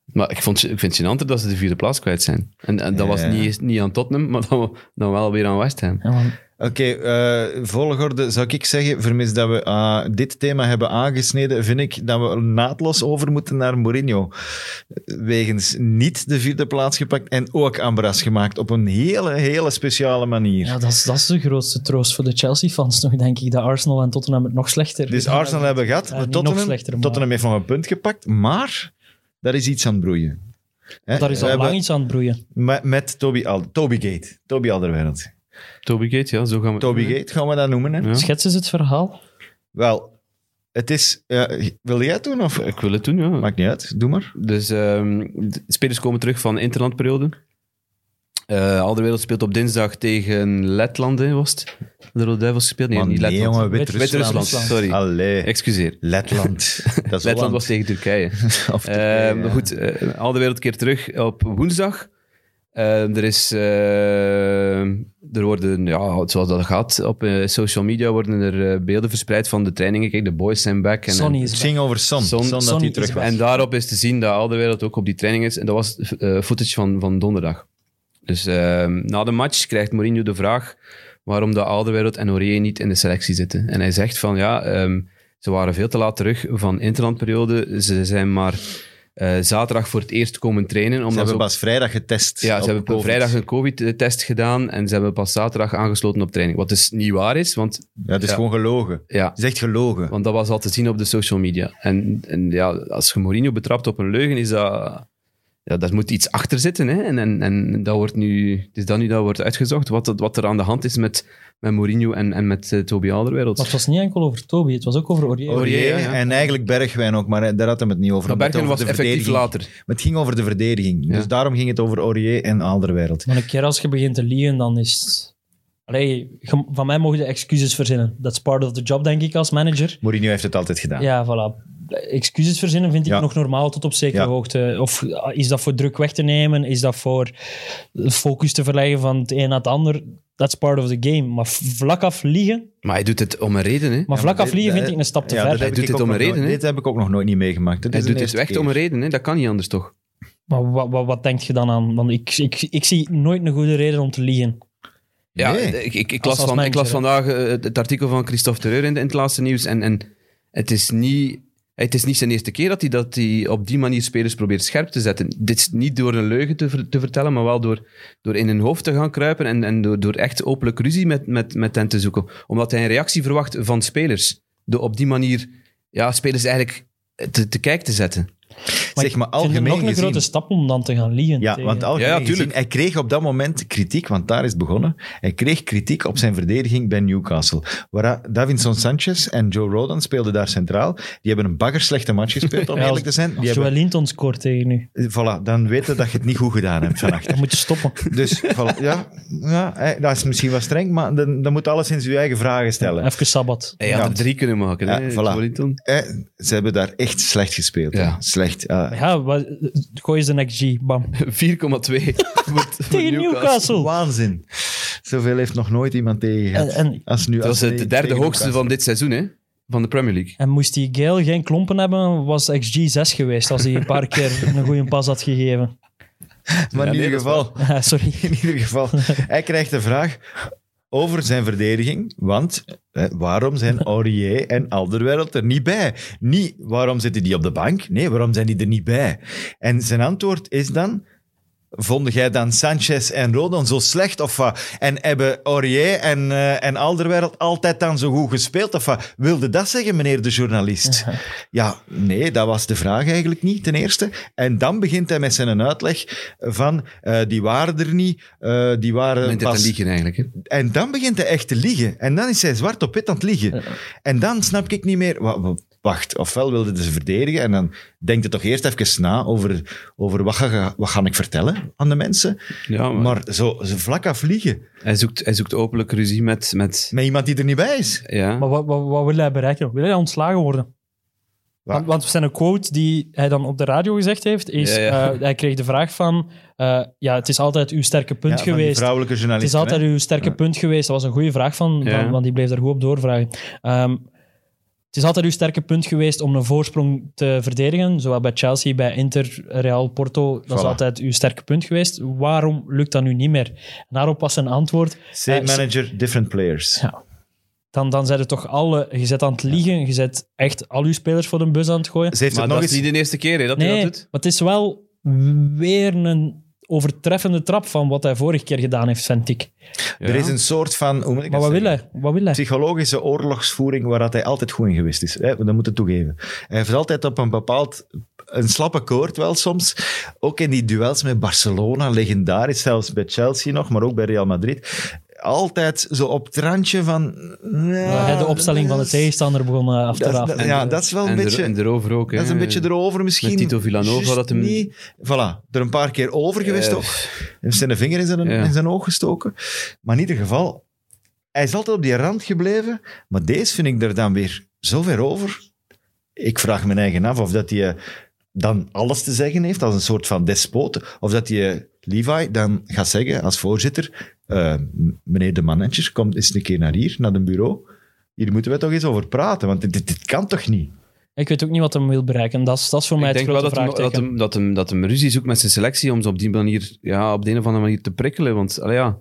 Maar ik, vond, ik vind het gênant dat ze de vierde plaats kwijt zijn. En, en dat was Ja. niet, niet aan Tottenham, maar dan, dan wel weer aan West Ham. Ja, man. Oké, eh, volgorde zou ik zeggen, vermis dat we ah, dit thema hebben aangesneden, vind ik dat we er naadloos over moeten naar Mourinho. Wegens niet de vierde plaats gepakt en ook Ambras gemaakt op een hele, hele speciale manier. ja dat, is, dat is de grootste troost voor de Chelsea-fans nog, denk ik. Dat Arsenal en Tottenham het nog slechter Dus gedaan Arsenal hebben gehad, Ja, maar niet Tottenham, nog slechter, maar- Tottenham heeft nog een punt gepakt, maar daar is iets aan het broeien. Hè, Daar is we al hebben lang iets aan het broeien. me- Met Toby, Al Toby Gate, Toby Alderweireld. Toby Gate, ja, zo gaan we... Toby Gate gaan we dat noemen. Hè? Ja. Schets eens het verhaal. Wel, het is... eh, wil jij het doen? Of? Ik wil het doen, ja. Maakt niet uit, doe maar. Dus ehm, de spelers komen terug van de interlandperiode. Eh Alderwereld speelt op dinsdag tegen Letland, hè, was het? De Rode Duivels gespeeld? Nee, Maar niet nee, Letland. jongen, Wit-Rusland. Wit-Rusland. Wit-Rusland, sorry. Allee, Excuseer. Letland. Dat is Letland Holland. was tegen Turkije. Of Eh, Turkije, maar ja. Goed, eh al de wereld keer terug op woensdag. Eh, er is... eh, er worden, ja, zoals dat gaat, op eh, social media worden er eh, beelden verspreid van de trainingen. Kijk, de boys zijn back. En, Sonny Het is back. ging over Son. Son- Son, dat Son hij is terug was. back. En daarop is te zien dat al de wereld ook op die training is. En dat was eh footage van, van donderdag. Dus eh, na de match krijgt Mourinho de vraag waarom de Alderwereld en Aurier niet in de selectie zitten. En hij zegt van ja, ehm, ze waren veel te laat terug van interlandperiode. Ze zijn maar eh, zaterdag voor het eerst komen trainen. Ze Omdat hebben ze, op- pas vrijdag getest. ja, op ze hebben COVID. vrijdag een COVID-test gedaan en ze hebben pas zaterdag aangesloten op training. Wat dus niet waar is, want Ja, het is Ja. gewoon gelogen. Het ja, is echt gelogen. want dat was al te zien op de social media. En, en ja, als je Mourinho betrapt op een leugen, is dat... Ja, daar moet iets achter zitten. Hè? En, en, en dat wordt nu, het is dat nu dat wordt uitgezocht, wat, dat- wat er aan de hand is met, met Mourinho en, en met eh, Toby Alderweireld. Maar het was niet enkel over Toby, het was ook over Aurier. Aurier, Aurier ja. En eigenlijk Bergwijn ook, maar hè, daar had hem het niet over. Maar Het over Bergen was de effectief verdediging. later. Maar het ging over de verdediging. Ja. Dus daarom ging het over Aurier en Alderwereld. Maar een keer als je begint te liegen, dan is het... Allee, je- van mij mogen je excuses verzinnen. That's part of the job, denk ik, als manager. Mourinho heeft het altijd gedaan. Ja, voilà. Excuses verzinnen vind ik Ja. nog normaal tot op zekere Ja. hoogte. Of eh, is dat voor druk weg te nemen? Is dat voor focus te verleggen van het een naar het ander? That's part of the game. Maar vlak af liegen, Maar hij doet het om een reden. Hè? maar vlak maar af dit- liegen vind eh, ik een stap te Ja, ver. dat heb doet ik het ook om een nog reden, nooit- hè? Dit heb ik ook nog nooit niet meegemaakt. Dit Hij is de doet het eerste echt om keer. een reden. Hè? Dat kan niet anders, toch? Maar wat, wat, wat denk je dan aan? Want ik, ik, ik zie nooit een goede reden om te liegen. Ja, Nee. ik, ik, ik, Als- las als van, ik las manager, vandaag eh, het, het artikel van Christophe Terreur in, de- in het laatste nieuws. En, en het, is niet, het is niet zijn eerste keer dat hij, dat hij op die manier spelers probeert scherp te zetten. Dit is niet door een leugen te, ver- te vertellen, maar wel door, door in hun hoofd te gaan kruipen en, en door, door echt openlijk ruzie met, met, met hen te zoeken. Omdat hij een reactie verwacht van spelers. Door op die manier ja, spelers eigenlijk te, te kijk te zetten. Maar Zeg maar ik vind het algemeen nog een gezien. grote stap om dan te gaan liegen. Ja, tegen- want algemeen Ja, ja, gezien, tuurlijk. hij kreeg op dat moment kritiek, want daar is het begonnen. Hij kreeg kritiek op zijn verdediging bij Newcastle. Waar hij- Davinson Sanchez en Joe Rodan speelden daar centraal. Die hebben een baggerslechte match gespeeld, om Ja, als- eerlijk te zijn. Als Die Joel hebben, Linton scoort tegen nu, voilà, dan weten we dat je het niet goed gedaan hebt vannacht. dan moet je stoppen. Dus voilà, ja, ja, eh, dat is misschien wat streng, maar dan, dan moet alles in je eigen vragen stellen. Even sabbat. Hij had Ja. er drie kunnen maken. Ja, hè, voilà. Joelinton. Eh, ze hebben daar echt slecht gespeeld. hè. Ja. Slecht. eh. Ja, wat- gooi eens een XG, bam. 4,2 voor- voor Tegen Newcastle. Waanzin. Zoveel heeft nog nooit iemand tegen En, gehad. en Als nu, Dat als was het tegen- derde tegen hoogste van dit seizoen, hè? Van de Premier League. En moest die Gail geen klompen hebben, was XG 6 geweest als hij een paar keer een goede pas had gegeven. Ah, Maar in Ja, nee, ieder dat is geval, Sorry. in ieder geval, hij krijgt de vraag over zijn verdediging. Want eh, waarom zijn Aurier en Alderwereld er niet bij? Niet waarom zitten die op de bank? Nee, waarom zijn die er niet bij? En zijn antwoord is dan... Vonden jij dan Sanchez en Rodon zo slecht? Of, wat? en hebben Aurier en, eh, en Alderwereld altijd dan zo goed gespeeld? Of, wat? wilde dat zeggen, meneer de journalist? Ja, nee, dat was de vraag eigenlijk niet, ten eerste. En dan begint hij met zijn uitleg van eh, die waren er niet, eh, die waren Met dat pas... liedje eigenlijk. Hè. En dan begint hij echt te liegen. En dan is hij zwart op wit aan het liegen. En dan snap ik niet meer... wa- wa- Wacht, ofwel wilde ze verdedigen en dan denkt het toch eerst even na over, over wat, ga, wat ga ik vertellen aan de mensen. Ja, Oh. maar, Maar zo, zo vlak af liegen. Hij, zoekt, hij zoekt openlijk ruzie met... met Met iemand die er niet bij is. ja. Maar wat, wat, wat wil hij bereiken? Wil hij ontslagen worden? Wa- Want, want zijn quote die hij dan op de radio gezegd heeft, is... Ja, ja. eh, hij kreeg de vraag van... eh, ja, het is altijd uw sterke punt Ja, van die geweest. vrouwelijke Het journalist. is altijd uw sterke Ja. punt geweest. Dat was een goede vraag van, Ja. van want die bleef daar goed op doorvragen. Ehm, het is altijd uw sterke punt geweest om een voorsprong te verdedigen. Zowel bij Chelsea, bij Inter, Real, Porto. Dat is Voilà. altijd uw sterke punt geweest. Waarom lukt dat nu niet meer? En daarop was zijn antwoord. Same eh, manager, different players. Ja. Dan, dan zijn er toch alle... Je zet aan het liegen. Je zet echt al uw spelers voor de bus aan het gooien. Ze heeft Maar het nog dat is eens... niet de eerste keer hè, dat hij Nee, dat maar doet. het is wel weer een overtreffende trap van wat hij vorige keer gedaan heeft, vind ik. Er Ja. is een soort van... Hoe moet ik Maar dat wat wil zeggen? hij? Wat wil hij? psychologische oorlogsvoering waar dat hij altijd goed in geweest is. Hè? Dat moet het toegeven. Hij heeft altijd op een bepaald, een slappe koord wel soms, ook in die duels met Barcelona, legendarisch zelfs bij Chelsea nog, maar ook bij Real Madrid. Altijd zo op het randje van... Ja, hij de opstelling van de tegenstander begon eh, af te Eh, Dat, rapen. dat- ja, dat is wel een En, er, beetje... en erover ook. Hè. dat is een beetje erover misschien. Met Tito Villanova Juist dat hem- niet. Voilà, er een paar keer over geweest Eh, ook. Hij heeft zijn vinger in zijn, Ja. in zijn oog gestoken. Maar in ieder geval, hij is altijd op die rand gebleven. Maar deze vind ik er dan weer zo ver over. Ik vraag mijn eigen af of dat hij eh, dan alles te zeggen heeft als een soort van despoot. Of dat hij eh, Levi dan gaat zeggen als voorzitter, eh, m- meneer de manager, kom eens een keer naar hier, naar het bureau. Hier moeten we toch eens over praten, want dit, dit- dit kan toch niet? Ik weet ook niet wat hem wil bereiken. Dat is, dat is voor mij Ik het denk wel grote dat hem, dat, vraagteken. hem, dat, hem, dat hem ruzie zoekt met zijn selectie om ze op die manier, ja, op de een of andere manier te prikkelen. Want allee, ja,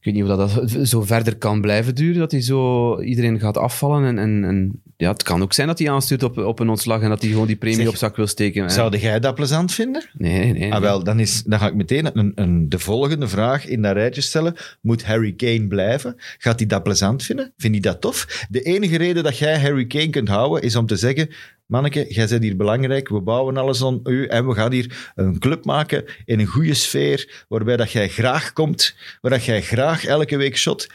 ik weet niet of dat, dat zo verder kan blijven duren, dat hij zo iedereen gaat afvallen. En, en, en ja, het kan ook zijn dat hij aanstuurt op, op een ontslag en dat hij gewoon die premie Zeg, op zak wil steken. hè. Zou jij dat plezant vinden? Nee, nee. nee. Ah, wel, dan, is, dan ga ik meteen een, een, de volgende vraag in dat rijtje stellen. Moet Harry Kane blijven? Gaat hij dat plezant vinden? Vindt hij dat tof? De enige reden dat jij Harry Kane kunt houden is om te zeggen: Manneke, jij bent hier belangrijk. We bouwen alles aan u en we gaan hier een club maken in een goede sfeer. Waarbij dat jij graag komt, waar dat jij graag elke week shot.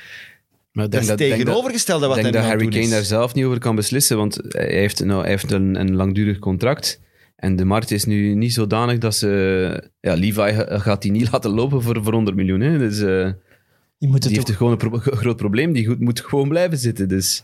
Maar ik Dat denk is ik denk tegenovergestelde wat Ik denk hij dat nu aan Harry het doen Kane is. daar zelf niet over kan beslissen, want hij heeft, nou, hij heeft een, een langdurig contract. En de markt is nu niet zodanig dat ze... Ja, Levi ga- gaat die niet laten lopen voor, voor 100 miljoen. Hè. Dus, eh, Je moet die het heeft ook gewoon een pro- groot probleem. Die goed, moet gewoon blijven zitten. Dus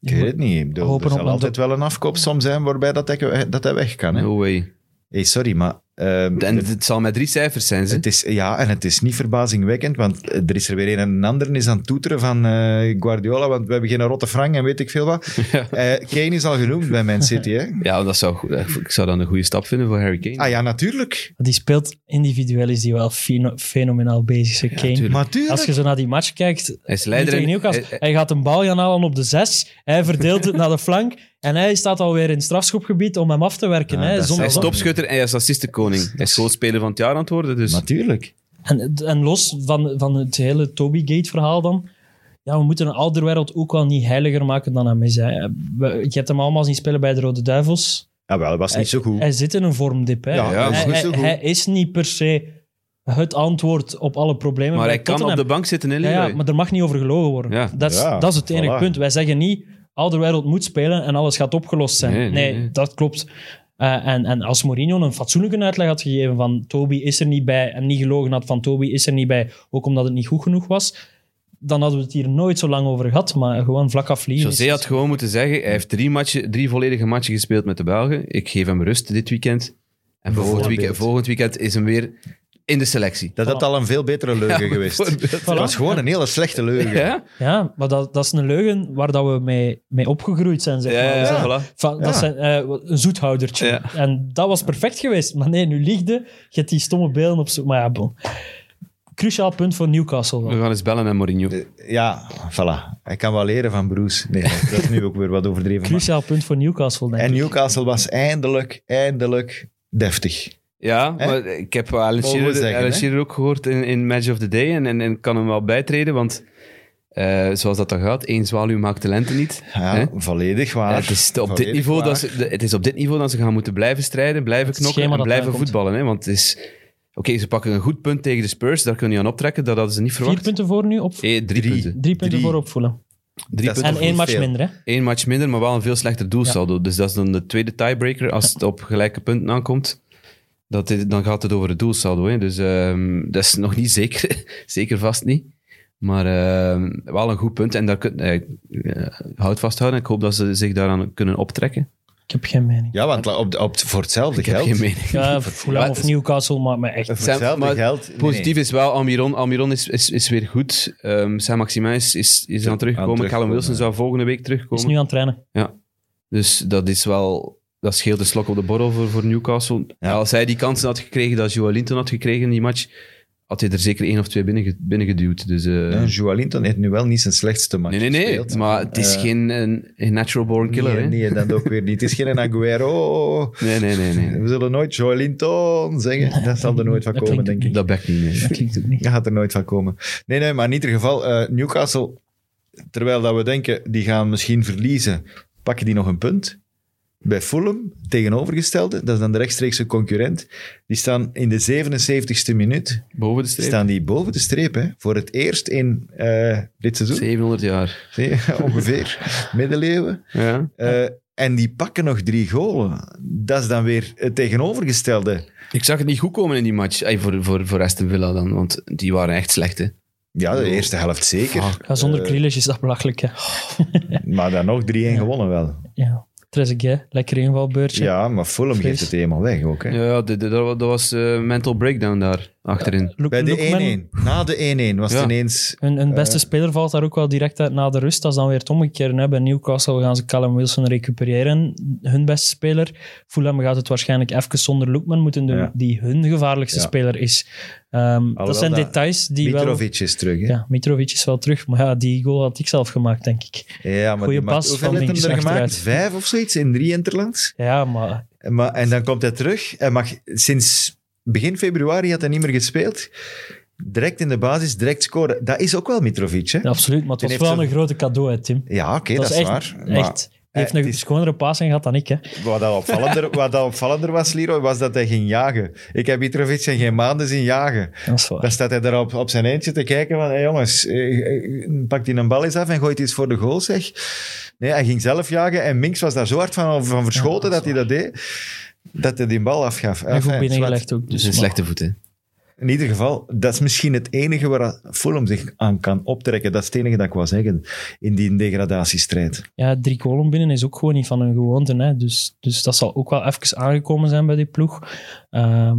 Ik weet het niet. Ik bedoel, Hopen er op zal een altijd wel een afkoopsom zijn waarbij dat hij, dat hij weg kan. Hè? no way. Hey, sorry, maar. ehm, En het zal met drie cijfers zijn. Ze. Het is, ja, en het is niet verbazingwekkend, want eh, er is er weer een en ander is aan het toeteren van eh, Guardiola, want we hebben geen rotte frank en weet ik veel wat. Eh, Kane is al genoemd bij Man City, hè? Ja, dat zou, goed- eh, ik zou dan een goede stap vinden voor Harry Kane. Ah ja, natuurlijk. Die speelt individueel, is die wel fino- fenomenaal bezig. zeg, Kane. tuurlijk. Maar tuurlijk. Als je zo naar die match kijkt, hij is niet leider tegen in... eh, Newcastle. hij- hij- Hij gaat een bal gaan halen op de zes. Hij verdeelt het naar de flank. En hij staat alweer in het strafschopgebied om hem af te werken. Ja, hè, dat Hij zonder is topschutter en hij is assistenkoning. Hij is gewoon speler van het jaar aan het worden. Dus. Natuurlijk. En, en los van, van het hele Toby Gate verhaal dan. Ja, we moeten een ouderwereld ook wel niet heiliger maken dan hem is. Hè. We- Je hebt hem allemaal zien spelen bij de Rode Duivels. Ja, Ah, wel, hij was niet zo goed. Hij zit in een vormdip. Hè. Ja, Hm. ja, hij, dat is niet zo hij- goed. hij is niet per se het antwoord op alle problemen. Maar bij hij kan op de Tottenham. bank zitten, hè, ja, Leroy? ja, maar er mag niet over gelogen worden. Ja. Dat, is, Ja, dat is het enige voilà. punt. Wij zeggen niet, ouderwereld moet spelen en alles gaat opgelost zijn. Nee, Nee, nee, nee. dat klopt. Eh, en, en als Mourinho een fatsoenlijke uitleg had gegeven van Toby is er niet bij en niet gelogen had van Toby is er niet bij, ook omdat het niet goed genoeg was, dan hadden we het hier nooit zo lang over gehad, maar gewoon vlak afvliegen. José had gewoon moeten zeggen, hij heeft drie, matchen, drie volledige matchen gespeeld met de Belgen. Ik geef hem rust dit weekend. En volgend weekend, volgend weekend is hem weer in de selectie. Dat had al een veel betere leugen geweest. Het was gewoon een hele slechte leugen. Ja? Ja, maar dat, dat is een leugen waar dat we mee, mee opgegroeid zijn, zeg Ja, maar. ja, We zijn ja, voilà. Van, Dat Ja. zijn, eh, wat- een zoethoudertje. Ja. En dat was perfect geweest. Maar nee, nu liegde. Je hebt die stomme beelden op zo. Maar ja, bon. Ik cruciaal punt voor Newcastle. We dan. gaan eens bellen naar Mourinho. Ja, voilà. Hij kan wel leren van Bruce. Nee, dat is nu ook weer wat overdreven. maar- Cruciaal punt voor Newcastle, denk En ik. Newcastle was eindelijk, eindelijk deftig. Ja, Hè? maar ik heb Alan Mogen we Shearer, zeggen, Alan hè? Shearer ook gehoord in, in Match of the Day en, en, en kan hem wel bijtreden, want eh, zoals dat dan gaat, één zwaluw maakt de lente niet. Ja, Hè? volledig waar. het, is op dit Volledig niveau dat waar. ze, de- het is op dit niveau dat ze gaan moeten blijven strijden, blijven Het knokken schema en dat blijven aankomt. voetballen. Hè? Want het is... Oké, ze pakken een goed punt tegen de Spurs, daar kunnen je aan optrekken, dat hadden ze niet Vier verwacht. punten voor nu, op, Eh, drie, Drie. punten. drie punten drie. voor opvoelen. Drie Dat is punten. En toch één niet match veel. minder, hè? Eén match minder, maar wel een veel slechter doelsaldo. Dus dat is dan de tweede tiebreaker als het op gelijke punten aankomt. Dat is- dan gaat het over het doelsaldo. Hè. Dus ehm, dat is nog niet zeker. zeker vast niet. Maar ehm, wel een goed punt. En daar kun, eh, eh, houd vasthouden. Ik hoop dat ze zich daaraan kunnen optrekken. Ik heb geen mening. Ja, want la- op, de- op, voor hetzelfde Ik heb geld. geen mening. Ja, Fulham Maar- of Newcastle maakt me echt... Voor Sam, hetzelfde maar geld. nee, Positief nee. is wel Almiron. Almiron is, is, is weer goed. Ehm Sam Maximin is, is, is aan het terugkomen. Callum terugkomen, Wilson ja. zou volgende week is terugkomen. nu aan het trainen. Dus dat is wel... Dat scheelt een slok op de borrel voor, voor Newcastle. Ja. Als hij die kansen had gekregen, dat Joao Linton had gekregen in die match, had hij er zeker één of twee binnen, binnengeduwd. Dus, eh, Ja, Joao Linton heeft nu wel niet zijn slechtste match nee, nee, nee. gespeeld. Maar het is Eh, geen een, een natural born killer, nee, hè? nee, dat ook weer niet. Het is geen Aguero. Nee, nee, nee. nee. We zullen nooit Joao Linton zeggen. Dat zal er nooit van Dat komen, denk klinkt ook ik. Dat bek niet meer. Dat klinkt ook niet. Dat gaat er nooit van komen. Nee, nee, maar in ieder geval, eh, Newcastle, terwijl dat we denken, die gaan misschien verliezen, pakken die nog een punt. Bij Fulham, tegenovergestelde, dat is dan de rechtstreekse concurrent, die staan in de 77ste minuut, Boven de streep. staan die boven de streep, hè, voor het eerst in eh, dit seizoen, 700 jaar. Zie je, ongeveer, middeleeuwen. Ja. Eh, en die pakken nog drie golen. Dat is dan weer het tegenovergestelde. Ik zag het niet goed komen in die match. Ey, voor, voor, voor Aston Villa dan, want die waren echt slecht, hè. Ja, de eerste helft zeker. Ja, zonder Eh, Grealish is dat belachelijk, hè. maar dan nog 3-1 gewonnen wel. Ja. Trezeguet, lekker invalbeurtje. Ja, maar Fulham Vrees. geeft het eenmaal weg ook. Hè? Ja, de- de- dat wa- dat was eh, mental breakdown daar, achterin. Look- Bij Lookman, de 1-1, na de 1-1 was Ja. het ineens... Hun, hun beste Eh. speler valt daar ook wel direct uit na de rust. Dat is dan weer het omgekeerde. Hè. Bij Newcastle gaan ze Callum Wilson recupereren, hun beste speler. Fulham gaat het waarschijnlijk even zonder Lookman moeten doen, Ja. die hun gevaarlijkste Ja. speler is. Ehm, dat zijn dat- details die wel... Mitrovic is terug. Hè? Ja, Ja, Mitrovic is wel terug, maar ja, die goal had ik zelf gemaakt, denk ik. maar Goeie die maakt- pas hoeveel van heeft links hem er gemaakt? achteruit. Vijf of zoiets in drie interlands. Ja, maar Maar, en dan komt hij terug. Hij mag, sinds begin februari had hij niet meer gespeeld. Direct in de basis, direct scoren. Dat is ook wel Mitrovic. Hè? ja, absoluut. Maar het Die was heeft wel zo- een grote cadeau, hè, Tim. Ja, oké, dat, dat, is echt, waar. Maar echt. Die heeft eh, een het is- schonere paas gehad dan ik, hè. Wat, dat opvallender, wat dat opvallender was, Leroy, was dat hij ging jagen. Ik heb Mitrovic in geen maanden zien jagen. Dat is waar. Dan staat hij daar op, op zijn eentje te kijken van, hey jongens, eh, eh, pakt hij een bal eens af en gooit iets voor de goal, zeg. Nee, hij ging zelf jagen en Minks was daar zo hard van, van verschoten Ja, dat, dat hij dat deed, dat hij die bal afgaf. En goed Enfin, binnengelegd ook. Dus Dus, een maar- slechte voet, hè. zwart. In ieder geval, dat is misschien het enige waar Fulham zich aan kan optrekken. Dat is het enige dat ik wil zeggen in die degradatiestrijd. Ja, drie kolen binnen is ook gewoon niet van hun gewoonte. Hè? Dus, dus dat zal ook wel even aangekomen zijn bij die ploeg. Ehm,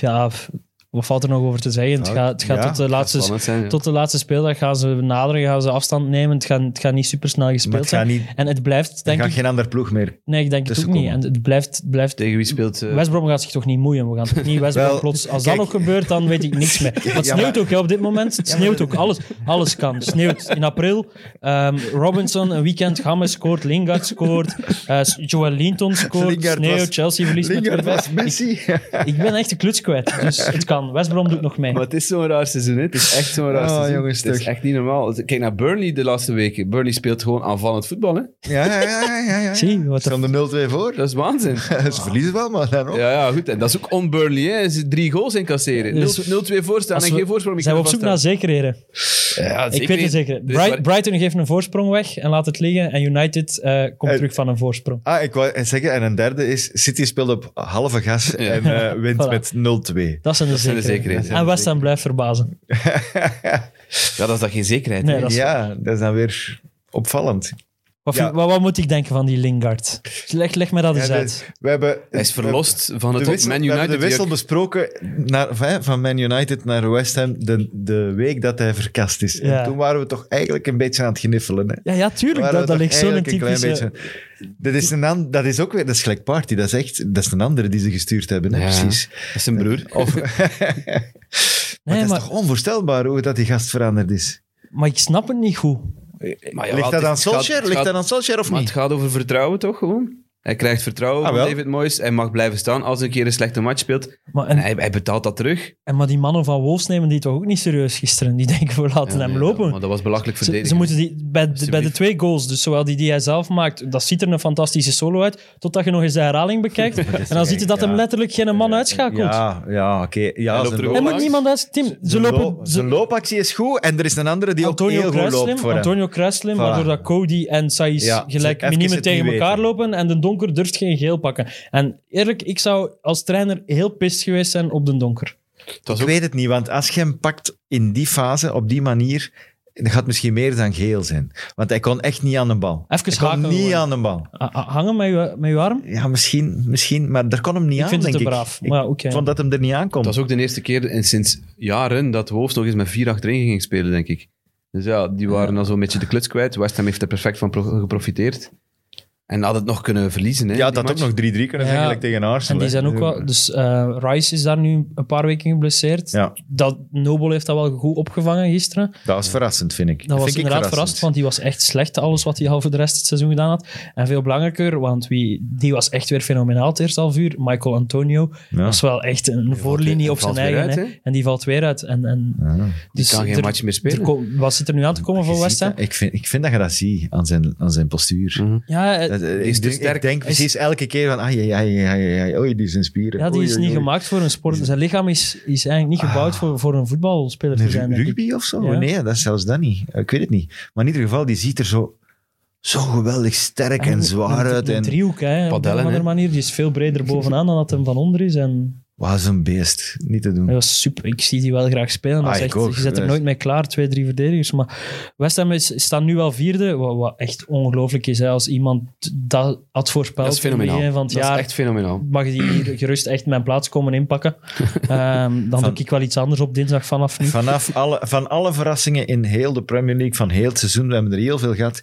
ja, f- wat valt er nog over te zeggen? Het Nou, gaat, het gaat ja, tot, de Laatste, laatste, tot de laatste speeldag gaan ze naderen, gaan ze afstand nemen. Het gaat, het gaat niet supersnel Maar gespeeld het gaat zijn. niet, En het blijft, er denk gaat ik... geen ander ploeg meer. Nee, ik denk het ook niet. tussenkomen. En het blijft... blijft Tegen wie speelt... eh, West Brom gaat zich toch niet moeien? We gaan toch niet West Brom Wel, plots... Als kijk- dat nog gebeurt, dan weet ik niks meer. Want het Ja, sneeuwt maar- ook hè, op dit moment. Het sneeuwt ook. Alles, alles kan. Het sneeuwt in april. Ehm, Robinson een weekend. James scoort. Lingard scoort. eh, Joel Linton scoort. Lingard sneeuw. was- Chelsea verliest Lingard met 4-5. was Messi. Ik ben echt de kluts kwijt. Dus het kan. West Brom doet nog mee. Maar het is zo'n raar seizoen, hè. Het is echt zo'n Ah, raar Oh, seizoen. jongens, het is toch. echt niet normaal. Kijk naar Burnley de laatste weken. Burnley speelt gewoon aanvallend voetbal, hè. Ja, ja, ja. ja, ja, ja. Zie, wat er... Staan er 0-2 voor. Dat is waanzin. Ze verliezen wel, maar dan ook. Ja, ja, goed. En dat is ook on-Burnley, hè. Ze drie goals incasseren. Dus- 0-2 voorstaan als en we- geen voorsprong. Zijn we op zoek naar zekerheden? Ja, Ik weet het zeker. Dus Bright- waar- Brighton geeft een voorsprong weg en laat het liggen. En United eh, komt Eh, terug van een voorsprong. Ah, ik wou zeggen, en een derde is, City speelt op halve gas en eh, wint Voilà. met 0-2. Dat zijn de zijn zekerheden. de zekerheden. En West Ham blijft verbazen. Ja, dat is dat geen zekerheid, Nee, hè. dat is Ja, dat is dan weer opvallend. Wat, Ja. vind- wat, wat moet ik denken van die Lingard? Leg, leg mij dat eens Ja, uit. de- we hebben, Hij is verlost van we het hebben de op wissel, Man we hebben United. de wissel juk. besproken naar, van- van Man United naar West Ham de, de week dat hij verkast is. En Ja. toen waren we toch eigenlijk een beetje aan het gniffelen. Hè? Ja, ja, tuurlijk. Waren Dat, we toch dat ligt zo'n eigenlijk een klein typische... beetje- Dat is, een an- dat is ook weer, dat is gelijk Party. Dat is echt, dat is een andere die ze gestuurd hebben, hè, Ja. precies. Dat is zijn broer. Of, maar Nee, het maar, is toch onvoorstelbaar hoe dat die gast veranderd is? maar ik snap het niet goed. Maar ja, Eh, Ligt het- dat aan het gaat- Solskjaer? het Ligt gaat- dat aan Solskjaer of Maar niet? het gaat over vertrouwen toch gewoon? Hij krijgt vertrouwen Ah, van wel. David Moyes. Hij mag blijven staan als hij een keer een slechte match speelt. Maar, En en, hij, hij betaalt dat terug. en, maar die mannen van Wolves nemen die toch ook niet serieus gisteren. Die denken, we laten Ja, hem nee, lopen. dat- Maar dat was belachelijk Ze- Ze, verdedigd. moeten die, bij, de, bij de Alsjeblieft. twee goals, dus zowel die die hij zelf maakt, dat ziet er een fantastische solo uit, totdat je nog eens de herhaling bekijkt. en dan ziet je dat hem ja. letterlijk geen man uitschakelt. Ja, ja oké. Hij Ja, loopt zijn er loop- Er Onlangs- moet niemand uit. Tim, ze zijn lopen. loop- Ze, zijn loopactie is goed en er is een andere die Antonio ook heel goed Kruislim, loopt voor hem. Antonio Kruislim, Voilà. waardoor dat Cody en Saiz Ja, gelijk even minime het tegen niet elkaar weten. lopen en de donker durft geen geel pakken. En eerlijk, ik zou als trainer heel pist geweest zijn op de donker. Het was Ik ook- weet het niet, want als je hem pakt in die fase, op die manier, dan gaat het misschien meer dan geel zijn. Want hij kon echt niet aan de bal. Even hij kon haken niet gewoon. aan de bal. Ah, ah, Hangen met je, met je arm? Ja, misschien, misschien maar daar kon hem niet Ik aan, vind het denk te ik. braaf. Ik Maar ja, oké. vond dat hem er niet aankomt. het was ook de eerste keer in- sinds jaren dat Wolves nog eens met 4 achterin ging spelen, denk ik. Dus ja, die waren al zo'n beetje de kluts kwijt. West Ham heeft er perfect van pro- geprofiteerd. En had het nog kunnen verliezen. Hè, ja, het die had ook match. nog 3-3 kunnen zijn Ja. gelijk tegen Arsenal. En die hè. zijn ook wel... Dus eh, Rice is daar nu een paar weken geblesseerd. Ja, Dat, Nobel heeft dat wel goed opgevangen gisteren. dat was verrassend, vind ik. Dat was vind ik inderdaad verrast, want die was echt slecht, alles wat hij al voor de rest van het seizoen gedaan had. En veel belangrijker, want wie, die was echt weer fenomenaal het eerste half uur. Michael Antonio Ja. was wel echt een voorlinie weer- op zijn valt weer eigen. uit, hè. hè? en die valt weer uit. En, en, Ja. Die dus kan geen er- match meer spelen. er ko- wat zit er nu aan te komen Je voor ziet West Ham? dat- Ik vind, ik vind dat je dat ziet aan zijn, aan zijn postuur. Mhm. Ja, eh, Dat- eh, is ik, te denk, sterk. ik denk Hij is- precies elke keer van, ai, ai, ai, ai, ai, oei, die zijn spieren. ja, die Oei, is oei, niet oei. gemaakt voor een sport. Zijn lichaam is, is eigenlijk Ah. niet gebouwd voor, voor een voetbalspeler te Een zijn. ru- denk ik. rugby of zo? Ja. Nee, dat is zelfs dat niet. Eh, Ik weet het niet. Maar in ieder geval, die ziet er zo, zo geweldig sterk en, een- zwaar een- uit. Een En, driehoek, hè, op een Padellen, of andere hè. manier. Die is veel breder bovenaan dan dat hem van onder is. En wauw, zo'n beest. Niet te doen. Hij was super. Ik zie die wel graag spelen. Dat Ah, is ik echt, ook. je zet er Dat is- nooit mee klaar, twee, drie verdedigers. Maar West Ham is, staat nu wel vierde, wat, wat echt ongelooflijk is. Hè. Als iemand dat had voorspeld Dat is in het fenomenaal. begin van Dat het is jaar, echt fenomenaal. mag die hier gerust echt mijn plaats komen inpakken. Ehm, dan doe ik wel iets anders op dinsdag vanaf nu. Vanaf alle, van alle verrassingen in heel de Premier League, van heel het seizoen, we hebben er heel veel gehad.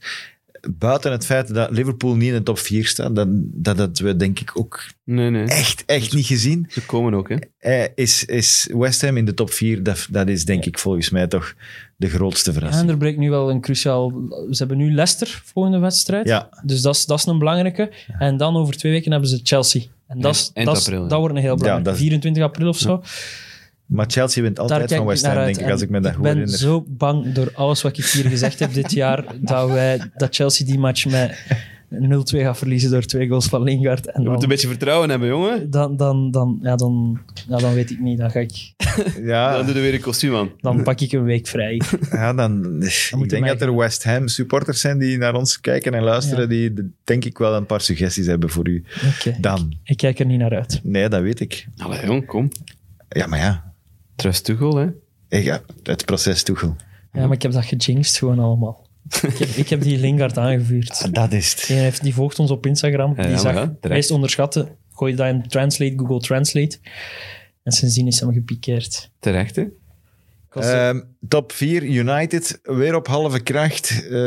Buiten het feit dat Liverpool niet in de top 4 staat, dat, dat hadden we denk ik ook Nee, nee. echt, echt niet gezien. Ze komen ook, hè. Eh, is, is West Ham in de top 4, dat, dat is denk ik volgens mij toch de grootste En verrassing. er breekt nu wel een cruciaal... Ze hebben nu Leicester, volgende wedstrijd. Ja, Dus dat is, dat is een belangrijke. En dan over twee weken hebben ze Chelsea. En dat, is, eind dat, is- april, ja. dat wordt een heel belangrijk. dat is- 24 april of zo. maar Chelsea wint Daar altijd kijk van ik West naar Ham, uit. denk ik, als En ik me dat goed ben herinner. zo bang door alles wat ik hier gezegd heb dit jaar, dat, wij, dat Chelsea die match met 0-2 gaat verliezen door twee goals van Lingard. En Je moet een dan, beetje vertrouwen hebben, jongen. dan, dan, dan, ja, dan, ja, dan weet ik niet. Dan, ga ik, Dan Ja, doe je weer een kostuum aan. dan pak ik een week vrij. ja dan, ik denk mij dat er West Ham supporters zijn die naar ons kijken en luisteren, Ja. die de- denk ik wel een paar suggesties hebben voor u. Oké. Dan. Ik kijk er niet naar uit. Nee, dat weet ik. Allee, jong, kom. Ja, maar ja, Trust Tuchel, hè. ik, ja, het proces Tuchel. Ja, maar ik heb dat gejinxed gewoon allemaal. Ik heb, ik heb die Lingard aangevuurd. Dat is het. Die, heeft, die volgt ons op Instagram. Die Ja, zag, maar ja, terecht. meest onderschatten, gooi dat in Translate, Google Translate. En sindsdien is hem gepikeerd. Terecht, hè. Ik was er- Ehm, top 4, United, weer op halve kracht, eh,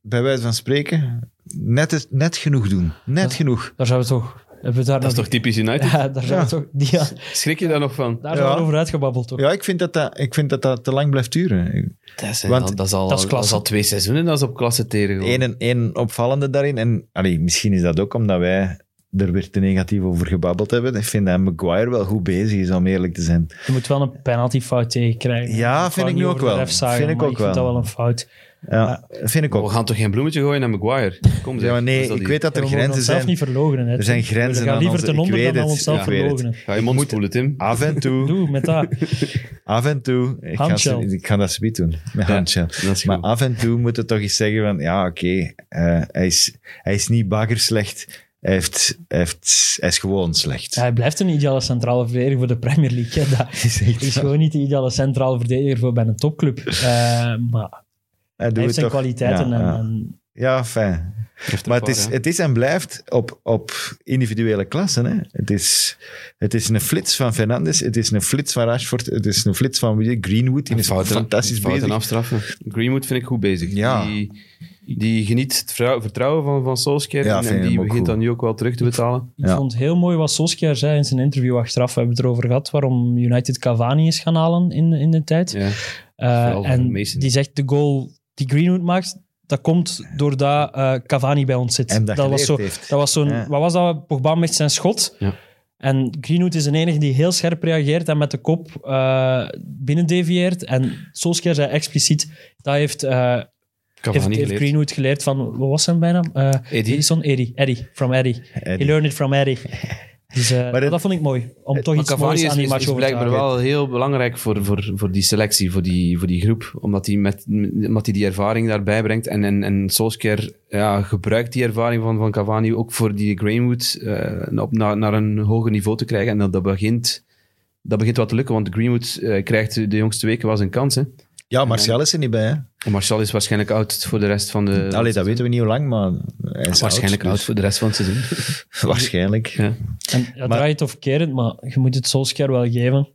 bij wijze van spreken. Net, het- net genoeg doen. Net Ja. genoeg. Daar zouden we toch... Hebben we daar Dat is nog- toch typisch United? Ja, daar zijn we Ja. toch... Die, ja, Schrik je daar nog van? daar zijn we Ja. over uitgebabbeld, toch? Ja, ik vind dat dat, ik vind dat, dat te lang blijft duren. Dat is, Want- al, dat, is al, Dat is klasse. dat is al twee seizoenen dat ze op klasse tegen Eén en één opvallende daarin. En allee, misschien is dat ook omdat wij er weer te negatief over gebabbeld hebben. Ik vind dat Maguire wel goed bezig is, om eerlijk te zijn. Je moet wel een penaltyfout tegenkrijgen. Ja, kan vind ik niet nu over ook de wel. ref zagen, Vind ik maar ook ik vind wel. dat wel een fout. Ja, vind ik We ook. gaan toch geen bloemetje gooien naar Maguire? Kom zeg. Ja, maar dus. Wat nee, is dat ik hier? weet dat er we mogen grenzen onszelf zijn. niet verlogenen. Hè, Er zijn Tim. grenzen We gaan aan liever onze- ten ik onder weet dan aan het, onszelf ik Ah. weet het. verlogenen. Ga je mond spoelen, Tim. Af en toe, Doe, met dat. af en toe. Ik ga, Handshell. ze- ik ga dat zoiets doen. Met handshell. Dat is Maar goed. af en toe moet het toch eens zeggen van, ja, oké, eh, hij, is, hij is niet baggerslecht, hij, heeft, hij, heeft, hij is gewoon slecht. Ja, hij blijft een ideale centrale verdediger voor de Premier League. Hè. Dat is echt is waar. gewoon niet de ideale centrale verdediger voor bij een topclub. Eh, maar Hij doet hij heeft het zijn toch- kwaliteiten. Ja, en, ja. en- Ja, fijn. Maar het is, het is en blijft op, op individuele klassen. Hè. Het, is, het is een flits van Fernandes, het is een flits van Rashford, het is een flits van wie- Greenwood, die is fantastisch fouten bezig. afstraffen. Greenwood vind ik goed bezig. Ja. Die, Die geniet het vrou- vertrouwen van, van Solskjaer Ja, en- vind en ik die hem ook begint cool. dan nu ook wel terug te betalen. Ik Ja. vond het heel mooi wat Solskjaer zei in zijn interview achteraf. We hebben het erover gehad waarom United Cavani is gaan halen in, in de tijd. Ja. Eh, Vooral en Mason. die zegt de goal die Greenwood maakt, dat komt doordat eh, Cavani bij ons zit. Hem dat, was geleerd zo, heeft. dat was zo'n, Ja. wat was dat? Pogba met zijn schot. Ja. En Greenwood is de enige die heel scherp reageert en met de kop eh binnen devieert. En Solskjaer zei expliciet, dat heeft, eh, heeft, heeft Greenwood geleerd van, wat was zijn bijnaam? Eh, Eddie. Edison? Eddie. Eddie, from Eddie. He learned it from Eddie. Dus eh, dit- dat vond ik mooi, om toch Maar iets Cavani moois is, aan die is, match is over te blijkbaar houden. wel heel belangrijk voor, voor, voor die selectie, voor die, voor die groep. Omdat hij met, omdat die, die ervaring daarbij brengt. En, en, en Solskjaer ja, gebruikt die ervaring van, van Cavani ook voor die Greenwood eh, op, naar, naar een hoger niveau te krijgen. En dat, dat, begint, dat begint wat te lukken, want Greenwood eh, krijgt de jongste weken wel zijn kans. Hè. Ja, Martial is er niet bij. Hè? En Martial is waarschijnlijk oud voor de rest van de... Allee, dat weten we niet hoe lang, maar hij is waarschijnlijk oud, dus. oud. voor de rest van het seizoen. dus waarschijnlijk. Ja. En ja, draai het of kerend, maar je moet het Solskjaer wel geven.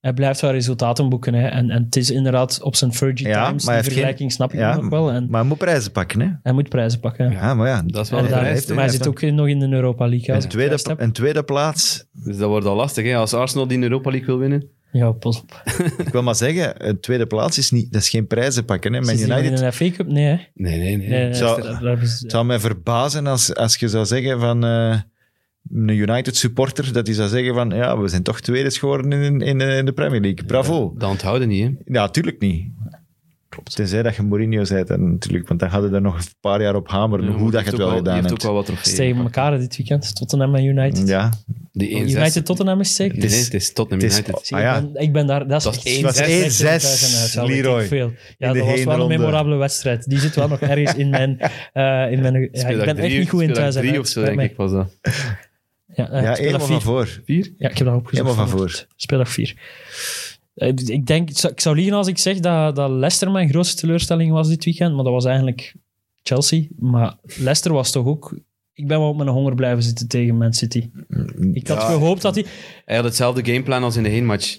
Hij blijft wel resultaten boeken. Hè. En, en het is inderdaad op zijn Fergie Ja, Times. maar hij heeft Die vergelijking snap ik Ja, nog wel. En Maar hij moet prijzen pakken, hè? hij moet prijzen pakken. Ja, maar ja. Dat is wel En een daar, vereiste, heeft hè. maar hij zit ook nog in de Europa League. Als Een ik het juist tweede, heb. een tweede plaats. Dus dat wordt al lastig. Hè? Als Arsenal die in Europa League wil winnen, Ja, pas op. Ik wil maar zeggen, een tweede plaats is, niet, dat is geen prijzen pakken. Hè. Man Zit hij United, in het een FA Cup? Nee, hè. Nee, nee, nee. Nee, Zou- dat- dat is- ja. zou mij verbazen als, als je zou zeggen van eh, een United supporter, dat die zou zeggen van ja, we zijn toch tweede geworden in, in, eh, in de Premier League. Bravo. Dat onthouden niet, hè? Ja, tuurlijk niet. Klopt. Tenzij dat je Mourinho bent, dan, natuurlijk, want dan hadden we er nog een paar jaar op hameren hoe dat je het wel gedaan hebt. hebt. ook wel wat Het is tegen elkaar dit weekend, Tottenham en United. Ja, Die 1 United Tottenham is zeker. Het is, het is Tottenham het is- United. Zie, Ah, ik ja. ben- ik ben daar. Dat is Dat echt- is het was 1-6, Leroy. Leroy. Veel. Ja, de dat was wel een heenronde. memorabele wedstrijd. Die zit wel nog ergens in mijn... eh, in mijn ja, ik Speeldag ben echt drie- niet goed in speeldag thuis. en drie uit. of zo, Spijt denk mij. ik, was dat. Ja, eh, ja speeldag helemaal vier. van voor. Vier? Ja, ik heb dat opgezocht. Helemaal van vanochtend. Speeldag 4. Ik denk, ik zou, ik zou liegen als ik zeg dat, dat Leicester mijn grootste teleurstelling was dit weekend, maar dat was eigenlijk Chelsea. Maar Leicester was toch ook... Ik ben wel op mijn honger blijven zitten tegen Man City. Ik had Ja. gehoopt dat die... Hij had hetzelfde gameplan als in de heenmatch.